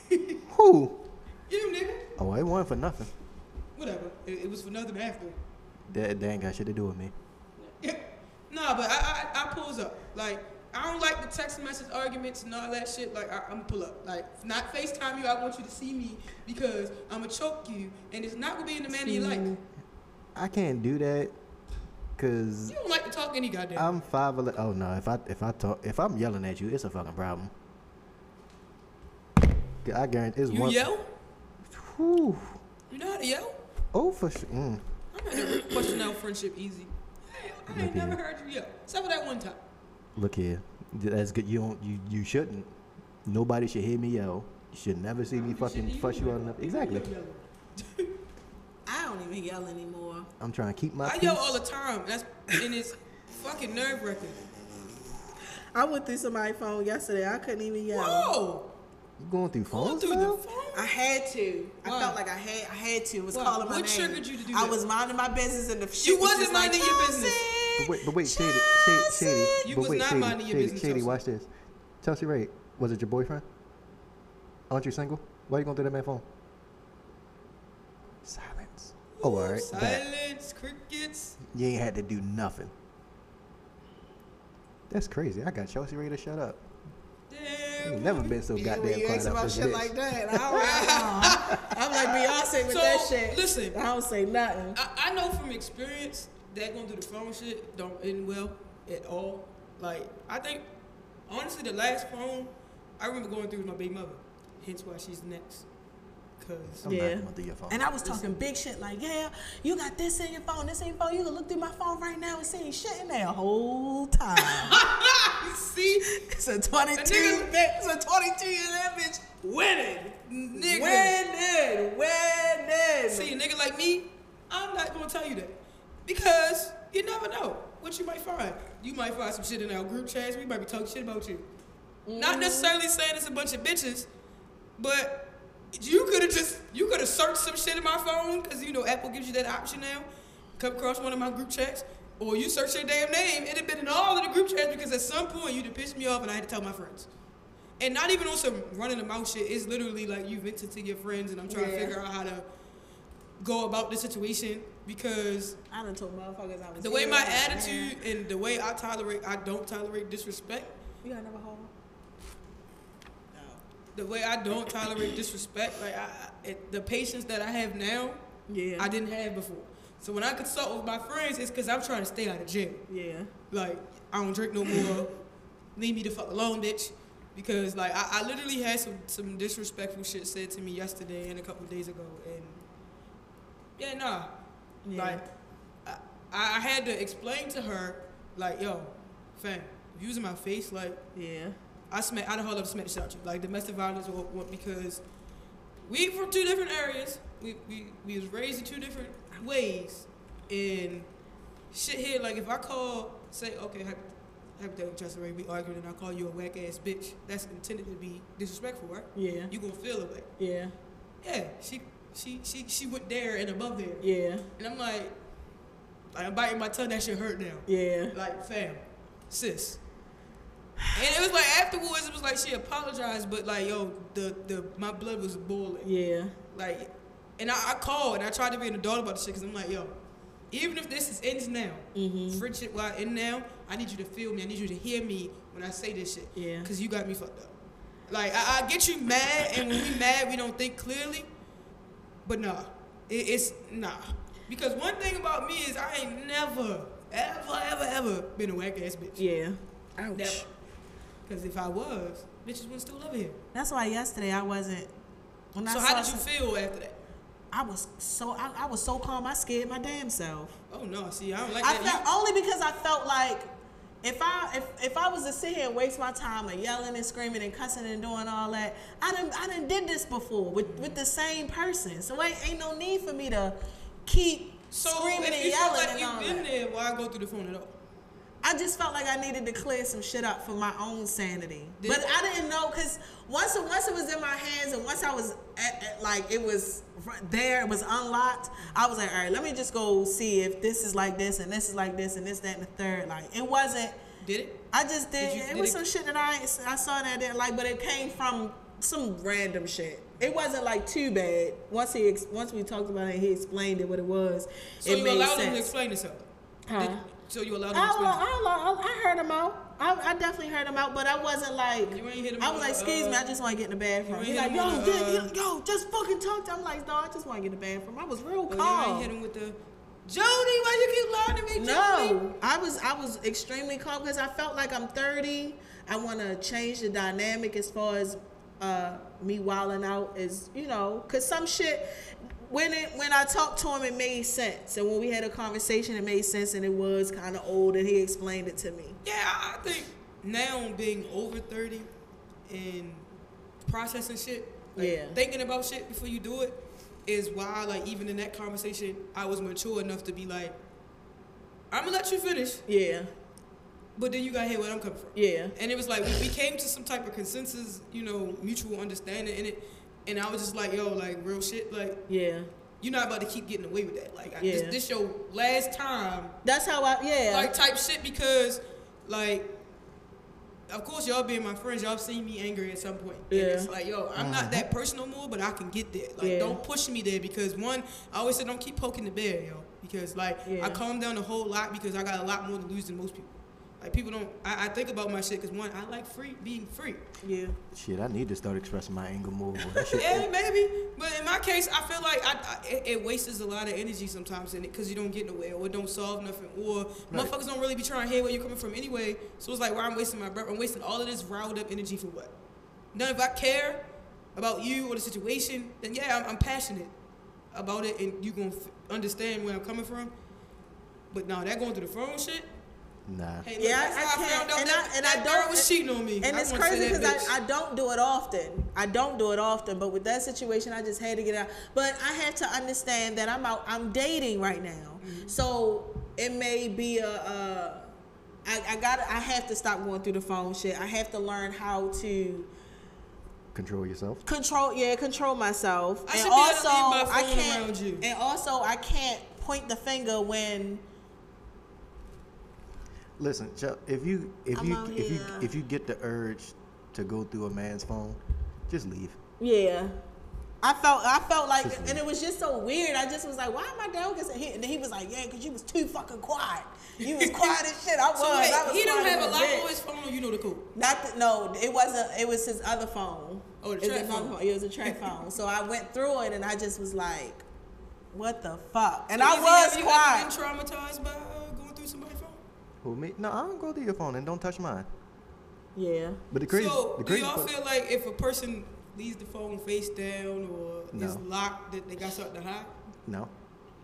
Speaker 4: who?
Speaker 2: You nigga.
Speaker 4: Oh, it wasn't for nothing.
Speaker 2: Whatever. It, it was for nothing after.
Speaker 4: That, that ain't got shit to do with me.
Speaker 2: Yeah. Nah, but I, I I pulls up. Like I don't like the text message arguments and all that shit. Like I, I'm pull up. Like not Facetime you. I want you to see me because I'm gonna choke you, and it's not gonna be in the manner you like. You
Speaker 4: I can't do that, cause
Speaker 2: don't like to talk any goddamn.
Speaker 4: I'm five. ele- Oh no, if I if I talk if I'm yelling at you, it's a fucking problem. I guarantee it's
Speaker 2: you
Speaker 4: one.
Speaker 2: yell.
Speaker 4: Whew.
Speaker 2: You know how to yell.
Speaker 4: Oh for sure. Mm.
Speaker 2: I never question out friendship easy. I, ain't- I ain't
Speaker 4: Okay.
Speaker 2: never heard you yell except for that one time.
Speaker 4: Look here, that's good. You don't. You you shouldn't. Nobody should hear me yell. You should never see me fucking fuss you out enough. Exactly.
Speaker 3: I don't even yell anymore.
Speaker 4: I'm trying to keep my.
Speaker 2: I
Speaker 4: peace.
Speaker 2: yell all the time. That's and it's fucking nerve wracking.
Speaker 3: I went through somebody's phone yesterday. I couldn't even yell.
Speaker 2: Whoa!
Speaker 4: You going through
Speaker 2: Going
Speaker 4: phones
Speaker 2: through the
Speaker 4: now?
Speaker 2: phone.
Speaker 3: I had to.
Speaker 2: Why?
Speaker 3: I felt like I had. I had to. It was
Speaker 2: Why?
Speaker 3: calling my
Speaker 2: What
Speaker 3: name.
Speaker 2: triggered you to do
Speaker 3: I
Speaker 2: that?
Speaker 3: was minding my business, and the shit was
Speaker 2: wasn't
Speaker 3: just like,
Speaker 2: minding your business.
Speaker 3: "Chelsea,
Speaker 4: But wait, but wait, Shady, Shady, Shady,
Speaker 3: Chelsea."
Speaker 2: You
Speaker 4: but
Speaker 2: was
Speaker 4: wait,
Speaker 2: not
Speaker 4: Shady,
Speaker 2: minding your
Speaker 4: Shady,
Speaker 2: business,
Speaker 4: Shady,
Speaker 2: Chelsea.
Speaker 4: watch this. Chelsea Ray, was it your boyfriend? Aren't you single? Why you going through that man's phone? Silence. Oh, all right. Bet.
Speaker 2: Silence, crickets.
Speaker 4: You ain't had to do nothing. That's crazy. I got Chelsea Ray to shut up. You
Speaker 2: Damn.
Speaker 4: ain't never been so
Speaker 3: Yeah,
Speaker 4: goddamn
Speaker 3: when you
Speaker 4: quiet
Speaker 3: ask
Speaker 4: up
Speaker 3: about
Speaker 4: this
Speaker 3: shit
Speaker 4: bitch.
Speaker 3: like that, I don't- I'm like Beyonce with
Speaker 2: So,
Speaker 3: that shit.
Speaker 2: listen.
Speaker 3: I don't say nothing.
Speaker 2: I, I know from experience that going through the phone shit don't end well at all. Like I think honestly the last phone I remember going through was my baby mother. Hence why she's next. Cause
Speaker 4: I'm not
Speaker 3: Yeah.
Speaker 4: going through your phone.
Speaker 3: And I was talking big shit like, yeah, you got this in your phone, this in your phone. You can look through my phone right now and see ain't shit in there whole time.
Speaker 2: you see,
Speaker 3: it's a 22
Speaker 2: nigga-
Speaker 3: bitch. It's a 22 year old bitch winning.
Speaker 2: nigga.
Speaker 3: Winning. Winning.
Speaker 2: See a nigga like me, I'm not gonna tell you that. Because you never know what you might find. You might find some shit in our group chats. We might be talking shit about you.
Speaker 3: Mm-hmm.
Speaker 2: Not necessarily saying it's a bunch of bitches, but you could have just you could have searched some shit in my phone because you know Apple gives you that option now. Come across one of my group chats, or you search your damn name. It'd have been in all of the group chats because at some point you'd have pissed me off and I had to tell my friends. And not even on some running the mouth shit. It's literally like you vented to your friends and I'm trying to
Speaker 3: Yeah.
Speaker 2: figure out how to go about the situation because
Speaker 3: I done told motherfuckers I was
Speaker 2: the way my
Speaker 3: ill, man.
Speaker 2: attitude and the way I tolerate, I don't tolerate disrespect.
Speaker 3: You got another hole?
Speaker 2: The way I don't tolerate disrespect, like I, I- it, the patience that I have now,
Speaker 3: Yeah.
Speaker 2: I didn't have before. So when I consult with my friends, it's because I'm trying to stay out of jail.
Speaker 3: Yeah.
Speaker 2: Like I don't drink no more. Leave me the fuck alone, bitch. Because like I, I literally had some, some disrespectful shit said to me yesterday and a couple days ago, and yeah, nah.
Speaker 3: Yeah.
Speaker 2: Like I, I had to explain to her, like yo, fam, using my face, like
Speaker 3: Yeah.
Speaker 2: I smack, I done hold up smack the shit out you. Like domestic violence or what because we from two different areas. We we we was raised in two different ways, and shit here. Like if I call, say okay, hy- hypothetical Justin Ray, we arguing and I call you a whack ass bitch. That's intended to be disrespectful, right?
Speaker 3: Yeah.
Speaker 2: You gonna feel it way.
Speaker 3: Yeah.
Speaker 2: Yeah, she she she she went there and above there.
Speaker 3: Yeah.
Speaker 2: And I'm like, like I'm biting my tongue, that shit hurt now.
Speaker 3: Yeah.
Speaker 2: Like, fam, sis. And it was like afterwards, it was like she apologized, but like, yo, the the my blood was boiling.
Speaker 3: Yeah.
Speaker 2: Like, and I, I called and I tried to be an adult about this shit because I'm like, yo, even if this is ends now,
Speaker 3: Mm-hmm.
Speaker 2: friendship while in now, I need you to feel me. I need you to hear me when I say this shit.
Speaker 3: Yeah.
Speaker 2: Because you got me fucked up. Like, I, I get you mad, and when we mad, we don't think clearly. But nah, it, it's nah. Because one thing about me is I ain't never, ever, ever, ever been a whack ass bitch.
Speaker 3: Yeah.
Speaker 2: Never. Because if I was, bitches wouldn't still live here.
Speaker 3: That's why yesterday I wasn't. When
Speaker 2: so
Speaker 3: I
Speaker 2: how
Speaker 3: saw
Speaker 2: did you
Speaker 3: some-
Speaker 2: feel after that?
Speaker 3: I was so I, I was so calm. I scared my damn self.
Speaker 2: Oh no, see, I don't like
Speaker 3: I
Speaker 2: that.
Speaker 3: felt only because I felt like if I if, if I was to sit here and waste my time and yelling and screaming and cussing and doing all that, I done I done did this before with, with the same person. So ain't ain't no need for me to keep
Speaker 2: So
Speaker 3: screaming
Speaker 2: if
Speaker 3: and
Speaker 2: you feel
Speaker 3: yelling
Speaker 2: like
Speaker 3: and all
Speaker 2: you've been
Speaker 3: that.
Speaker 2: there, why go through the phone at all?
Speaker 3: I just felt like I needed to clear some shit up for my own sanity.
Speaker 2: Did-
Speaker 3: but I didn't know because once once it was in my hands and once I was at, at- like it was r- there, it was unlocked. I was like, all right, let me just go see if this is like this and this is like this and this that and the third. Like it wasn't.
Speaker 2: Did it?
Speaker 3: I just did.
Speaker 2: Did you-
Speaker 3: it
Speaker 2: did
Speaker 3: was
Speaker 2: it-
Speaker 3: some shit that I I saw that I didn't like, but it came from some random shit. It wasn't like too bad. Once he ex- once we talked about it, he explained it what it was.
Speaker 2: So
Speaker 3: it
Speaker 2: you
Speaker 3: made
Speaker 2: allowed
Speaker 3: sense.
Speaker 2: him to explain himself.
Speaker 3: Huh?
Speaker 2: Did- so you allowed him to
Speaker 3: I,
Speaker 2: explain. himself.
Speaker 3: I, oh, I, I heard him out. I, I definitely heard him out, but I wasn't like.
Speaker 2: You ain't hit him
Speaker 3: I was like,
Speaker 2: with,
Speaker 3: excuse me,
Speaker 2: uh,
Speaker 3: I just want to get in the bathroom.
Speaker 2: ain't
Speaker 3: He's
Speaker 2: hit
Speaker 3: like,
Speaker 2: him
Speaker 3: yo,
Speaker 2: with,
Speaker 3: get-
Speaker 2: uh,
Speaker 3: yo, yo, just fucking talk to him. I'm like, no, I just want to get in the bathroom. I was real
Speaker 2: Oh,
Speaker 3: calm.
Speaker 2: You ain't hit him with the Jody. Why you keep lying to me, Jody?
Speaker 3: No, I was I was extremely calm because I felt like I'm 30. I want to change the dynamic as far as uh, me wilding out is you know because some shit when it when I talked to him it made sense and when we had a conversation it made sense and it was kind of old and he explained it to me.
Speaker 2: Yeah, I I think now being over thirty and processing shit, like,
Speaker 3: Yeah.
Speaker 2: thinking about shit before you do it, is why like even in that conversation, I was mature enough to be like, I'm gonna let you finish,
Speaker 3: Yeah,
Speaker 2: but then you gotta hear where I'm coming from.
Speaker 3: yeah,
Speaker 2: And it was like we, we came to some type of consensus, you know, mutual understanding in it. And I was just like, yo, like real shit, like
Speaker 3: yeah.
Speaker 2: you're not about to keep getting away with that. Like I,
Speaker 3: Yeah.
Speaker 2: this, this your last time,
Speaker 3: That's how I yeah.
Speaker 2: like type shit because, like, of course y'all being my friends, y'all seen me angry at some point. And it's
Speaker 3: Yeah.
Speaker 2: like, yo, I'm not that person no more, but I can get there. Like,
Speaker 3: Yeah.
Speaker 2: don't push me there because one, I always said don't keep poking the bear, yo, because like
Speaker 3: Yeah.
Speaker 2: I calm down a whole lot because I got a lot more to lose than most people. Like people don't. I, I think about my shit because one, I like free being free.
Speaker 3: yeah,
Speaker 4: Shit, I need to start expressing my anger more. That shit,
Speaker 2: Yeah, maybe. But in my case, I feel like I, I, it, it wastes a lot of energy sometimes in it because you don't get nowhere or it don't solve nothing or motherfuckers don't really be trying to hear where you're coming from anyway. So it's like, why I'm wasting my breath? I'm wasting all of this riled up energy for what? Now, if I care about you or the situation, then yeah, I'm, I'm passionate about it and you going to f- understand where I'm coming from. But now that going through the phone shit.
Speaker 4: nah.
Speaker 2: Hey,
Speaker 3: Yeah, I-
Speaker 2: look, that's
Speaker 3: I
Speaker 2: how I, found
Speaker 3: can't-
Speaker 2: out
Speaker 3: and
Speaker 2: that,
Speaker 3: I- and I
Speaker 2: that girl
Speaker 3: don't-
Speaker 2: was cheating on me.
Speaker 3: and
Speaker 2: I
Speaker 3: it's
Speaker 2: wanna say
Speaker 3: crazy
Speaker 2: that,
Speaker 3: because
Speaker 2: bitch.
Speaker 3: I, I don't do it often. I don't do it often, but with that situation, I just had to get out. But I had to understand that I'm out. I'm dating right now,
Speaker 2: Mm-hmm.
Speaker 3: so it may be a. a I, I got. I have to stop going through the phone shit. I have to learn how to
Speaker 4: Control yourself.
Speaker 3: control yeah control myself
Speaker 2: I
Speaker 3: and
Speaker 2: should be able to
Speaker 3: also
Speaker 2: leave my
Speaker 3: i
Speaker 2: phone
Speaker 3: can't
Speaker 2: around you.
Speaker 3: and also i can't point the finger when
Speaker 4: Listen, Chuck, if you if
Speaker 3: I'm
Speaker 4: you
Speaker 3: out
Speaker 4: if you
Speaker 3: here.
Speaker 4: if you get the urge to go through a man's phone, just leave.
Speaker 3: yeah I felt I felt like
Speaker 4: Just-
Speaker 3: and it was just so weird. I just was like, why am I down? Cause he, and then he was like, yeah, cause you was too fucking quiet. You was quiet as shit. I was.
Speaker 2: So
Speaker 3: I
Speaker 2: wait,
Speaker 3: was
Speaker 2: he don't
Speaker 3: quiet
Speaker 2: have
Speaker 3: as
Speaker 2: a lot
Speaker 3: bitch.
Speaker 2: on his phone or you know the code?
Speaker 3: Not that, no, it wasn't. It was his other phone.
Speaker 2: Oh, the
Speaker 3: It was
Speaker 2: track
Speaker 3: another
Speaker 2: phone.
Speaker 3: It was a track phone. So I went through it and I just was like, what the fuck? And
Speaker 2: So
Speaker 3: I
Speaker 2: is he-
Speaker 3: was
Speaker 2: have you
Speaker 3: quiet.
Speaker 2: ever been traumatized by uh, going through somebody's phone?
Speaker 4: Who me? No, I don't go through your phone and don't touch mine.
Speaker 3: Yeah.
Speaker 4: But the crazy,
Speaker 2: so
Speaker 4: the
Speaker 2: do
Speaker 4: crazy
Speaker 2: y'all
Speaker 4: part-
Speaker 2: feel like if a person leaves the phone face down or is
Speaker 4: No.
Speaker 2: locked that they got something to hide?
Speaker 4: no,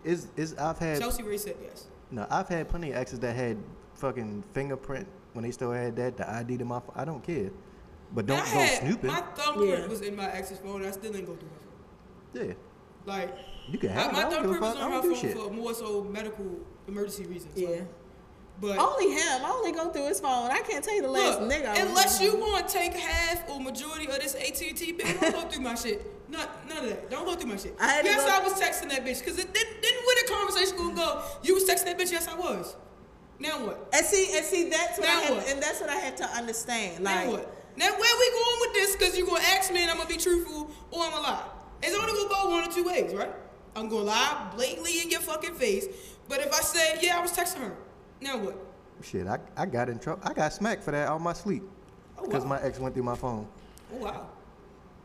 Speaker 4: is is I've had
Speaker 2: Chelsea Ray said yes.
Speaker 4: no, I've had plenty of exes that had fucking fingerprint when they still had that the ID to my. ph- I don't care, but
Speaker 2: And
Speaker 4: don't
Speaker 2: I
Speaker 4: go
Speaker 2: had-
Speaker 4: snooping.
Speaker 2: My thumbprint
Speaker 3: Yeah.
Speaker 2: was in my ex's phone. I still ain't go through her phone.
Speaker 4: Yeah,
Speaker 2: Like
Speaker 4: you can
Speaker 2: I,
Speaker 4: have. it.
Speaker 2: my
Speaker 4: I don't give
Speaker 2: thumbprint
Speaker 4: a
Speaker 2: was
Speaker 4: fuck. I
Speaker 2: on her
Speaker 4: don't do
Speaker 2: phone
Speaker 4: shit.
Speaker 2: for more so medical emergency reasons.
Speaker 3: Yeah. Oh,
Speaker 2: Like, But
Speaker 3: Only him. I only go through his phone. I can't tell you the last
Speaker 2: look,
Speaker 3: nigga. I was-
Speaker 2: unless you want to take half or majority of this AT and T, bitch, don't go through my shit. Not, none of that. Don't go through my shit.
Speaker 3: I had to
Speaker 2: yes,
Speaker 3: go-
Speaker 2: I was texting that bitch because it didn't, didn't where the conversation gonna go. You was texting that bitch. Yes, I was. Now what?
Speaker 3: And see, and see, that's what
Speaker 2: Now
Speaker 3: I have,
Speaker 2: what?
Speaker 3: and that's what I have to understand. Like,
Speaker 2: Now what? Now where we going with this? Because you're gonna ask me, and I'm gonna be truthful, or I'm gonna lie. It's only gonna go one or two ways, right? I'm gonna lie blatantly in your fucking face. But if I say, yeah, I was texting her, now what?
Speaker 4: Shit, I, I got in trouble. I got smacked for that on my sleep.
Speaker 2: Oh,
Speaker 4: Because
Speaker 2: wow.
Speaker 4: my ex went through my phone.
Speaker 2: Oh wow,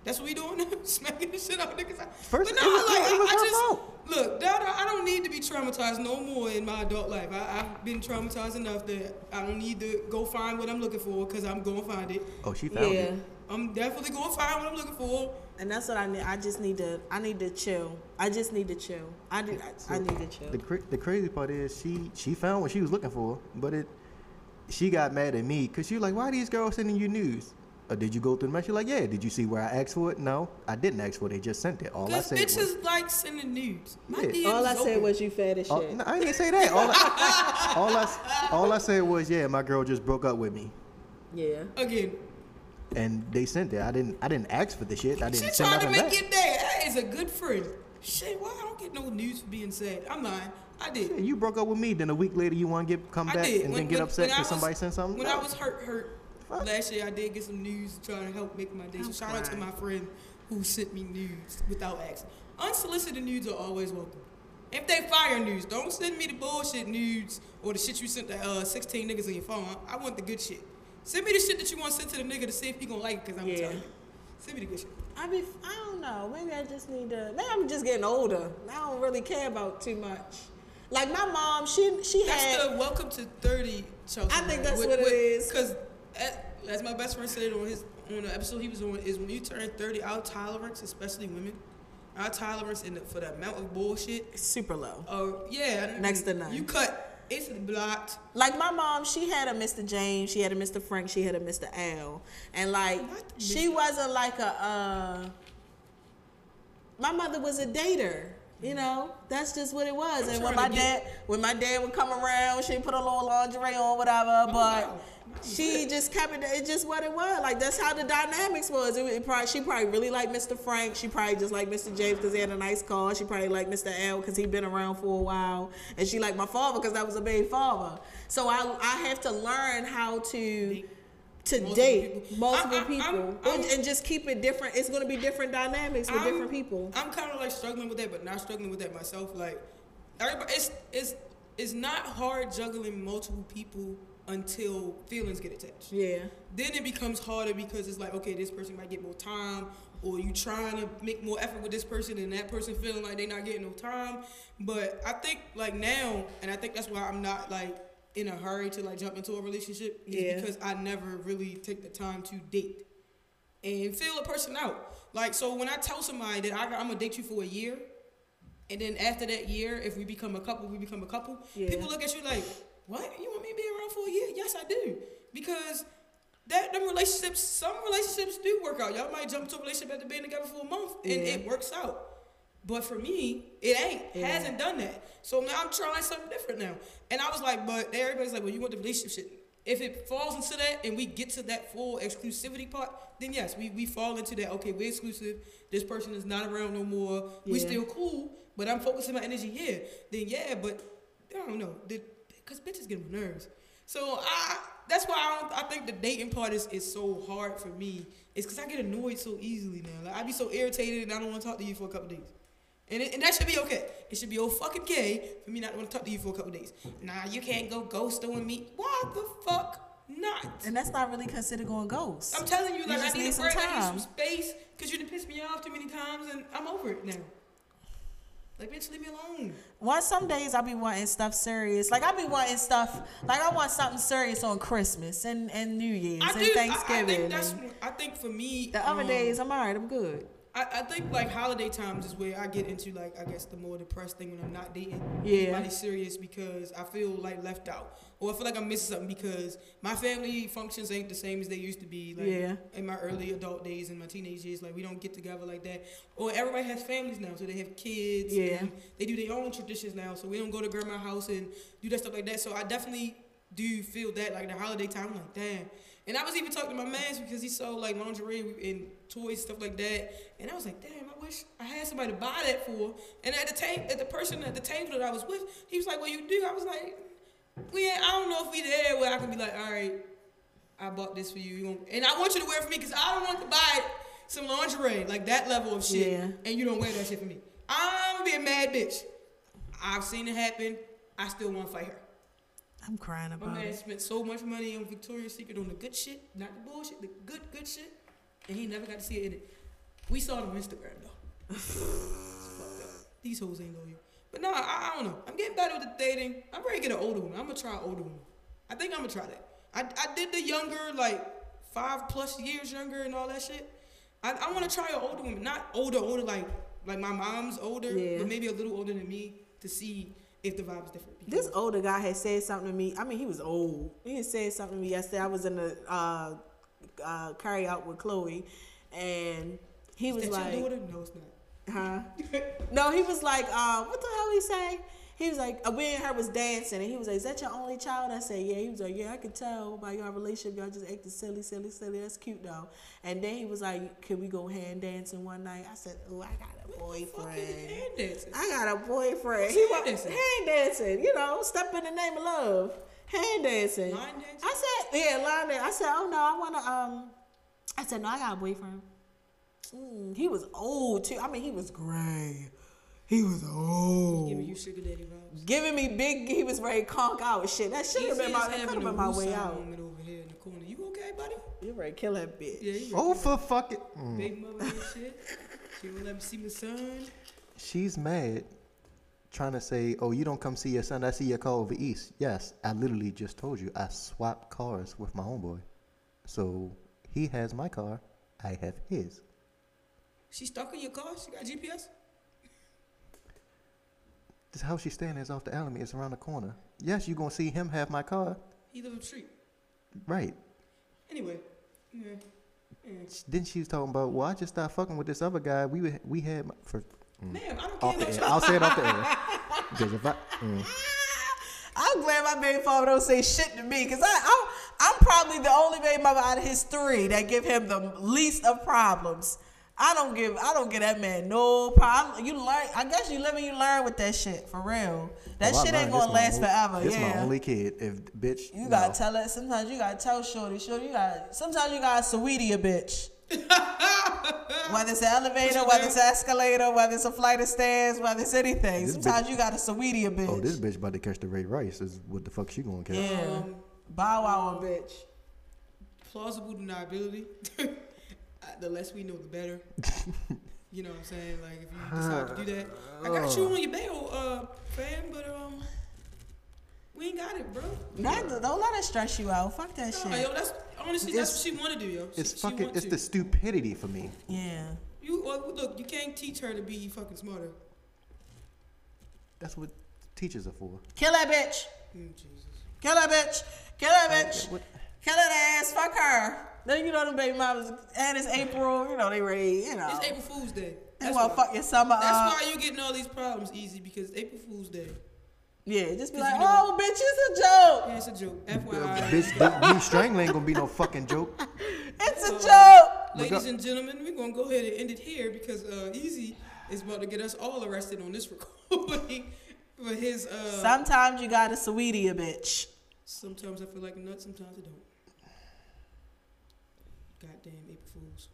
Speaker 2: that's what we doing now, smacking the shit out of niggas.
Speaker 4: First-
Speaker 2: but
Speaker 4: it
Speaker 2: no,
Speaker 4: was-
Speaker 2: like
Speaker 4: it was
Speaker 2: I, I
Speaker 4: her
Speaker 2: just
Speaker 4: fault.
Speaker 2: look, that, I don't need to be traumatized no more in my adult life. I, I've been traumatized enough that I don't need to go find what I'm looking for because I'm gonna find it.
Speaker 4: Oh, she found
Speaker 3: yeah.
Speaker 4: it.
Speaker 2: I'm definitely gonna find what I'm looking for.
Speaker 3: And that's what I need. I just need to. I need to chill. I just need to chill. I do. I, I need to
Speaker 4: The,
Speaker 3: chill.
Speaker 4: cra- the crazy part is she she found what she was looking for, but it she got mad at me because she was like, "Why are these girls sending you news? Or did you go through the message? Like, yeah. Did you see where I asked for it? No, I didn't ask for it. They just sent it. All I
Speaker 2: Cause
Speaker 4: said was,
Speaker 2: bitches like sending nudes. My
Speaker 4: Yeah.
Speaker 2: DMs
Speaker 3: All I
Speaker 2: is
Speaker 3: said
Speaker 2: open.
Speaker 3: was you fat as
Speaker 4: Oh,
Speaker 3: shit.
Speaker 4: no, I didn't say that. All I, all I s- all I said was, yeah, my girl just broke up with me,
Speaker 3: Yeah.
Speaker 2: again.
Speaker 4: and they sent it. I didn't I didn't ask for the shit. I
Speaker 2: She
Speaker 4: didn't send
Speaker 2: tried to
Speaker 4: nothing
Speaker 2: make
Speaker 4: back.
Speaker 2: it there. That is a good friend. Shit, why I don't get no news for being sad? I'm lying. I did.
Speaker 4: You broke up with me, then a week later you want to get come
Speaker 2: I
Speaker 4: back
Speaker 2: did.
Speaker 4: and
Speaker 2: When-
Speaker 4: then get
Speaker 2: when-
Speaker 4: upset
Speaker 2: when I
Speaker 4: because somebody
Speaker 2: was-
Speaker 4: sent something.
Speaker 2: When I
Speaker 4: No.
Speaker 2: was hurt, hurt
Speaker 4: Fuck.
Speaker 2: last year, I did get some news trying to help make my day. So
Speaker 3: I'm
Speaker 2: shout out to
Speaker 3: crying.
Speaker 2: my friend who sent me news without asking. Unsolicited nudes are always welcome. If they fire news, don't send me the bullshit nudes or the shit you sent to uh, 16 niggas on your phone. I, I want the good shit. Send me the shit that you want sent to the nigga to see if he gonna like it, cause I'm
Speaker 3: Yeah.
Speaker 2: gonna tell you. Send me the good shit.
Speaker 3: I be. I don't know. Maybe I just need to. Maybe I'm just getting older. I don't really care about too much. Like my mom, she she
Speaker 2: That's
Speaker 3: had.
Speaker 2: the welcome to 30 Chelsea.
Speaker 3: I think that's what it is.
Speaker 2: Because, eh, as my best friend said on his on the episode he was on, is when you turn 30, our tolerance, especially women, our tolerance in the, for the amount of bullshit,
Speaker 3: super low.
Speaker 2: uh, yeah. I-
Speaker 3: Next to none.
Speaker 2: You cut, it's blocked.
Speaker 3: Like my mom, she had a Mr. James, she had a Mr. Frank, she had a Mr. Al, and like
Speaker 2: What the
Speaker 3: she wasn't like a. uh My mother was a dater, you know. That's just what it was.
Speaker 2: Mm-hmm. I'm
Speaker 3: and when my
Speaker 2: trying to
Speaker 3: dad,
Speaker 2: get-
Speaker 3: when my dad would come around, she put a little lingerie on, whatever. But
Speaker 2: Oh, wow.
Speaker 3: she just kept it. It's just what it was. Like that's how the dynamics was. It, was- it probably she probably really liked Mr. Frank. She probably just liked Mr. James because he had a nice car. She probably liked Mr. L because he'd been around for a while, and she liked my father because I was a baby father. So I I have to learn how to. To
Speaker 2: Multiple
Speaker 3: date
Speaker 2: people.
Speaker 3: multiple
Speaker 2: I- I-
Speaker 3: people
Speaker 2: I'm-
Speaker 3: and,
Speaker 2: I'm-
Speaker 3: and just keep it different. It's going to be different dynamics with
Speaker 2: I'm-
Speaker 3: different people.
Speaker 2: I'm kind of like struggling with that, but not struggling with that myself. Like, everybody, it's it's it's not hard juggling multiple people until feelings get attached.
Speaker 3: yeah,
Speaker 2: then it becomes harder because it's like, okay, this person might get more time, or you trying to make more effort with this person, and that person feeling like they not getting no time. But I think like now, and I think that's why I'm not like in a hurry to like jump into a relationship is
Speaker 3: Yeah.
Speaker 2: because I never really take the time to date and feel a person out. Like so, when I tell somebody that I, I'm gonna date you for a year, and then after that year, if we become a couple, we become a couple.
Speaker 3: Yeah.
Speaker 2: People look at you like, "What? You want me to be around for a year?" Yes, I do, because that them relationships. Some relationships do work out. Y'all might jump into a relationship after being together for a month, and
Speaker 3: Yeah.
Speaker 2: it works out. But for me, it ain't.
Speaker 3: Yeah.
Speaker 2: Hasn't done that. So now I'm trying something different now. And I was like, but everybody's like, well, you want the relationship shit. If it falls into that and we get to that full exclusivity part, then yes, we, we fall into that. Okay, we're exclusive. This person is not around no more. We
Speaker 3: Yeah.
Speaker 2: still cool, but I'm focusing my energy here. Then yeah, but I don't know. Because bitches get on my nerves. So I that's why I, don't, I think the dating part is, is so hard for me. It's because I get annoyed so easily now. Like I be so irritated and I don't want to talk to you for a couple days. And, it, and that should be okay. It should be oh fucking okay for me not to want to talk to you for a couple days. Nah, you can't go ghost on me. Why the fuck not?
Speaker 3: and that's not really considered going ghost.
Speaker 2: I'm telling you,
Speaker 3: You
Speaker 2: like I
Speaker 3: just
Speaker 2: need,
Speaker 3: need
Speaker 2: a
Speaker 3: some
Speaker 2: break. I need
Speaker 3: time.
Speaker 2: some space because you done pissed me off too many times, and I'm over it now. Like, bitch, leave me alone.
Speaker 3: Once some days I be wanting stuff serious. Like I be wanting stuff. Like I want something serious on Christmas and, and New Year's
Speaker 2: I
Speaker 3: and
Speaker 2: do. I- I,
Speaker 3: Thanksgiving.
Speaker 2: think that's.
Speaker 3: and
Speaker 2: when- I think for me,
Speaker 3: the other
Speaker 2: um,
Speaker 3: days I'm alright. I'm good.
Speaker 2: I, I think like holiday times is where I get into like I guess the more depressed thing when I'm not dating
Speaker 3: Yeah.
Speaker 2: anybody serious because I feel like left out or I feel like I'm missing something because my family functions ain't the same as they used to be like
Speaker 3: Yeah.
Speaker 2: in my early adult days and my teenage years like we don't get together like that or everybody has families now so they have kids
Speaker 3: Yeah.
Speaker 2: and they do their own traditions now so we don't go to grandma's house and do that stuff like that so I definitely do you feel that like the holiday time? I'm like, damn. And I was even talking to my mans because he sold like lingerie and toys stuff like that. And I was like, damn, I wish I had somebody to buy that for. And at the table, at the person at the table that I was with, he was like, well, you do. I was like, we ain't, I don't know if we there where I can be like, all right, I bought this for you. you won't- and I want you to wear it for me because I don't want to buy some lingerie, like that level of shit.
Speaker 3: Yeah.
Speaker 2: And you don't wear that shit for me. I'm gonna be a mad bitch. I've seen it happen. I still wanna fight her.
Speaker 3: I'm crying
Speaker 2: My
Speaker 3: about
Speaker 2: man
Speaker 3: it.
Speaker 2: spent so much money on Victoria's Secret on the good shit, not the bullshit, the good, good shit, and he never got to see it in it. We saw it on Instagram though. It's fucked up. These hoes ain't loyal. But nah, I, I don't know. I'm getting better with the dating. I'm ready to get an older woman. I'm gonna try an older woman. I think I'm gonna try that. I, I did the younger, like five plus years younger and all that shit. I, I want to try an older woman, not older, older like like my mom's older,
Speaker 3: Yeah.
Speaker 2: but maybe a little older than me to see if the vibe is different.
Speaker 3: This older guy had said something to me. I mean, he was old. He had said something to me yesterday. I was in a uh, uh, carry out with Chloe, and he was
Speaker 2: is that
Speaker 3: like,
Speaker 2: your daughter? No, it's not.
Speaker 3: huh? No, he was like, uh, what the hell he say? He was like, uh, we and her was dancing, and he was like, is that your only child? I said, yeah. He was like, yeah, I could tell by y'all relationship, y'all just acting silly, silly, silly. That's cute though. And then he was like, can we go hand dancing one night? I said, oh, I got a boyfriend.
Speaker 2: Hand dancing.
Speaker 3: I got a boyfriend.
Speaker 2: What's
Speaker 3: He
Speaker 2: hand
Speaker 3: was
Speaker 2: dancing?
Speaker 3: hand dancing, you know, step in the name of love. Hand dancing.
Speaker 2: Line dancing?
Speaker 3: I said, yeah, line dancing. I said, oh no, I wanna um I said, no, I got a boyfriend. Mm, he was old too. I mean, he was gray. He was old.
Speaker 2: Giving you sugar daddy vibes.
Speaker 3: Giving me big, he was ready to conk out and shit. That should have been
Speaker 2: Easy
Speaker 3: my,
Speaker 2: as
Speaker 3: that
Speaker 2: having
Speaker 3: could have
Speaker 2: a
Speaker 3: been my
Speaker 2: Wu-Sang
Speaker 3: way out.
Speaker 2: woman over here in the corner. You okay, buddy?
Speaker 3: You ready to kill that bitch.
Speaker 2: Yeah, you
Speaker 4: Oh, for fucking.
Speaker 2: right. Big mother and shit. She won't let me see my son.
Speaker 4: She's mad trying to say, oh, you don't come see your son. I see your car over east. Yes, I literally just told you I swapped cars with my homeboy. So he has my car, I have his.
Speaker 2: She stuck in your car? She got GPS?
Speaker 4: This house she's staying is off the Alamy. It's around the corner. Yes, you going to see him have my car.
Speaker 2: He live up the street.
Speaker 4: Right.
Speaker 2: Anyway. Yeah. yeah.
Speaker 4: Then she was talking about, well, I just started fucking with this other guy. We were, we had my, for,
Speaker 3: Mm.
Speaker 2: Ma'am, I don't care about
Speaker 4: off the
Speaker 2: you.
Speaker 4: air. I'll say it off the air. Because if I, mm.
Speaker 3: I'm glad my baby father don't say shit to me because I I'm, I'm probably the only baby mama out of his three that give him the least of problems. I don't give I don't give that man no problem. You learn I guess you live and you learn with that shit for real. That
Speaker 4: Well, I
Speaker 3: shit ain't
Speaker 4: learned this
Speaker 3: gonna
Speaker 4: Oh, my
Speaker 3: last
Speaker 4: only-
Speaker 3: forever.
Speaker 4: This
Speaker 3: yeah.
Speaker 4: my only kid. If bitch,
Speaker 3: you
Speaker 4: no.
Speaker 3: gotta tell it. Sometimes you gotta tell Shorty. Shorty, you gotta. Sometimes you gotta sweetie a bitch. whether it's an elevator, whether it's an escalator, whether it's a flight of stairs, whether it's anything.
Speaker 4: This
Speaker 3: sometimes
Speaker 4: bitch-
Speaker 3: you gotta sweetie a bitch.
Speaker 4: Oh, this bitch about to catch the Ray Rice. Is what the fuck she gonna catch?
Speaker 3: Yeah.
Speaker 2: Um,
Speaker 3: Bow Wow a bitch.
Speaker 2: plausible deniability. Uh, the less we know, the better. you know what I'm saying? Like if you decide to do that, I got you on your bail, uh, fam. But um, we ain't got it, bro.
Speaker 3: Not, don't let her stress you out. Fuck that
Speaker 2: Nah, yo,
Speaker 3: shit.
Speaker 2: that's honestly that's what
Speaker 4: It's-
Speaker 2: she want to do, yo. She,
Speaker 4: It's
Speaker 2: she
Speaker 4: fucking.
Speaker 2: want
Speaker 4: It's
Speaker 2: to.
Speaker 4: the stupidity for me.
Speaker 3: Yeah.
Speaker 2: You well, look, you can't teach her to be fucking smarter.
Speaker 4: That's what teachers are for.
Speaker 3: Kill that bitch.
Speaker 2: Mm, Jesus.
Speaker 3: Kill that bitch. Kill that
Speaker 4: Yeah,
Speaker 3: bitch.
Speaker 4: what-
Speaker 3: Kill that ass. Fuck her. Then you know them baby mamas. And it's April. You know they ready. You know.
Speaker 2: It's April Fool's Day.
Speaker 3: They
Speaker 2: That's
Speaker 3: want to
Speaker 2: why.
Speaker 3: fuck uh, your summer up.
Speaker 2: That's why you getting all these problems easy because April Fool's Day.
Speaker 3: Yeah, just be
Speaker 2: 'Cause
Speaker 3: like,
Speaker 2: you
Speaker 3: oh,
Speaker 2: know-
Speaker 3: bitch, it's a joke.
Speaker 2: Yeah, it's a joke.
Speaker 4: bitch,
Speaker 2: FYI,
Speaker 4: the, me strangling ain't gonna be no fucking joke.
Speaker 3: It's a joke.
Speaker 2: ladies
Speaker 4: Because-
Speaker 2: and gentlemen, we're gonna go ahead and end it here because uh, Easy is about to get us all arrested on this recording for his. Uh,
Speaker 3: Sometimes you gotta sweetie a bitch.
Speaker 2: sometimes I feel like a nut, sometimes I don't. Goddamn April Fools.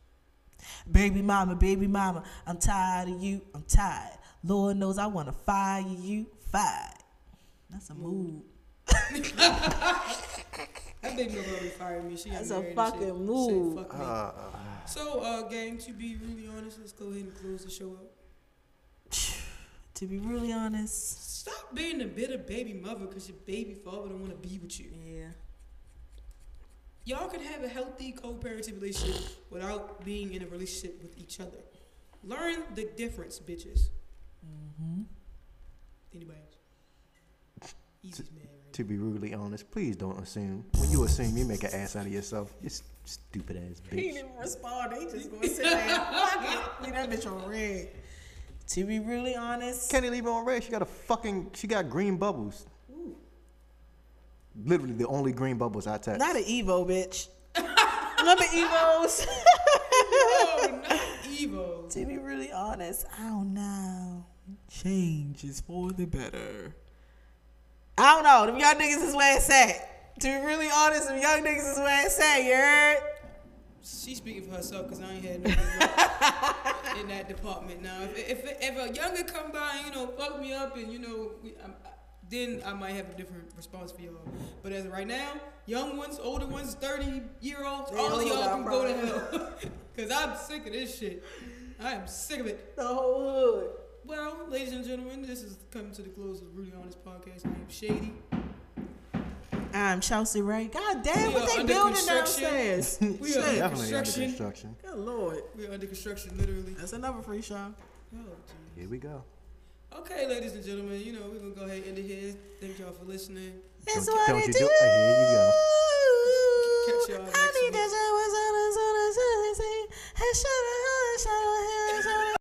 Speaker 3: Baby mama, baby mama, I'm tired of you. I'm tired. Lord knows I wanna fire you. Fire. That's a move.
Speaker 2: That baby mother already fired me. She got
Speaker 3: That's a
Speaker 2: married and
Speaker 3: fucking
Speaker 2: shit. She said,
Speaker 3: move.
Speaker 2: "Fuck
Speaker 4: Uh-huh.
Speaker 2: me." so, uh, gang, to be really honest, let's go ahead and close the show up.
Speaker 3: To be really honest.
Speaker 2: Stop being a bitter baby mother because your baby father don't want to be with you.
Speaker 3: Yeah.
Speaker 2: Y'all can have a healthy co-parenting relationship without being in a relationship with each other. Learn the difference, bitches. Mm-hmm. Anybody else? Easy's man. Right?
Speaker 4: To be rudely honest, please don't assume. When you assume, you make an ass out of yourself. You s- stupid ass
Speaker 3: He
Speaker 4: bitch.
Speaker 3: didn't respond. They just gonna sit there. Fuck it. Leave that bitch on red. To be really honest.
Speaker 4: Can't even leave her on red. She got a fucking. She got green bubbles. Literally the only green bubbles I touch.
Speaker 3: Not an Evo, bitch. Remember Evos?
Speaker 2: Oh, not Evo.
Speaker 3: to be really honest, I don't know. Change is for the better. I don't know. Them young niggas is where it's at. To be really honest, them young niggas is where it's at. You heard?
Speaker 2: She's speaking for herself because I ain't had no in that department. Now, if, if if a younger come by and you know fuck me up and you know we, I'm, I- then I might have a different response for y'all. But as of right now, young ones, older ones, thirty year olds,
Speaker 3: They
Speaker 2: all
Speaker 3: all
Speaker 2: of y'all
Speaker 3: got
Speaker 2: can go to
Speaker 3: problems.
Speaker 2: hell because I'm sick of this shit. I am sick of it.
Speaker 3: The whole hood.
Speaker 2: Well, ladies and gentlemen, this is coming to the close of Rudy Honest Podcast. I'm Shady.
Speaker 3: I'm Chelsea Ray. God damn,
Speaker 2: We
Speaker 3: what
Speaker 2: are
Speaker 3: they
Speaker 2: under
Speaker 3: building
Speaker 2: construction.
Speaker 3: downstairs?
Speaker 2: We are-
Speaker 3: Shit.
Speaker 4: Definitely under
Speaker 2: Construction.
Speaker 4: construction.
Speaker 3: Good lord.
Speaker 2: We're under construction, literally.
Speaker 3: That's another free show.
Speaker 2: Oh, gee.
Speaker 4: Here we go.
Speaker 2: Okay, ladies and gentlemen, you know we're gonna go ahead and end it here. Thank y'all for listening.
Speaker 3: It's
Speaker 4: Don't-
Speaker 3: what
Speaker 4: don't
Speaker 3: it
Speaker 4: you
Speaker 3: do.
Speaker 4: do- here you go.
Speaker 2: Catch y'all
Speaker 3: I
Speaker 2: next
Speaker 3: need
Speaker 2: week.
Speaker 3: that shit, what's up, what's up, what's up, what's up, what's up,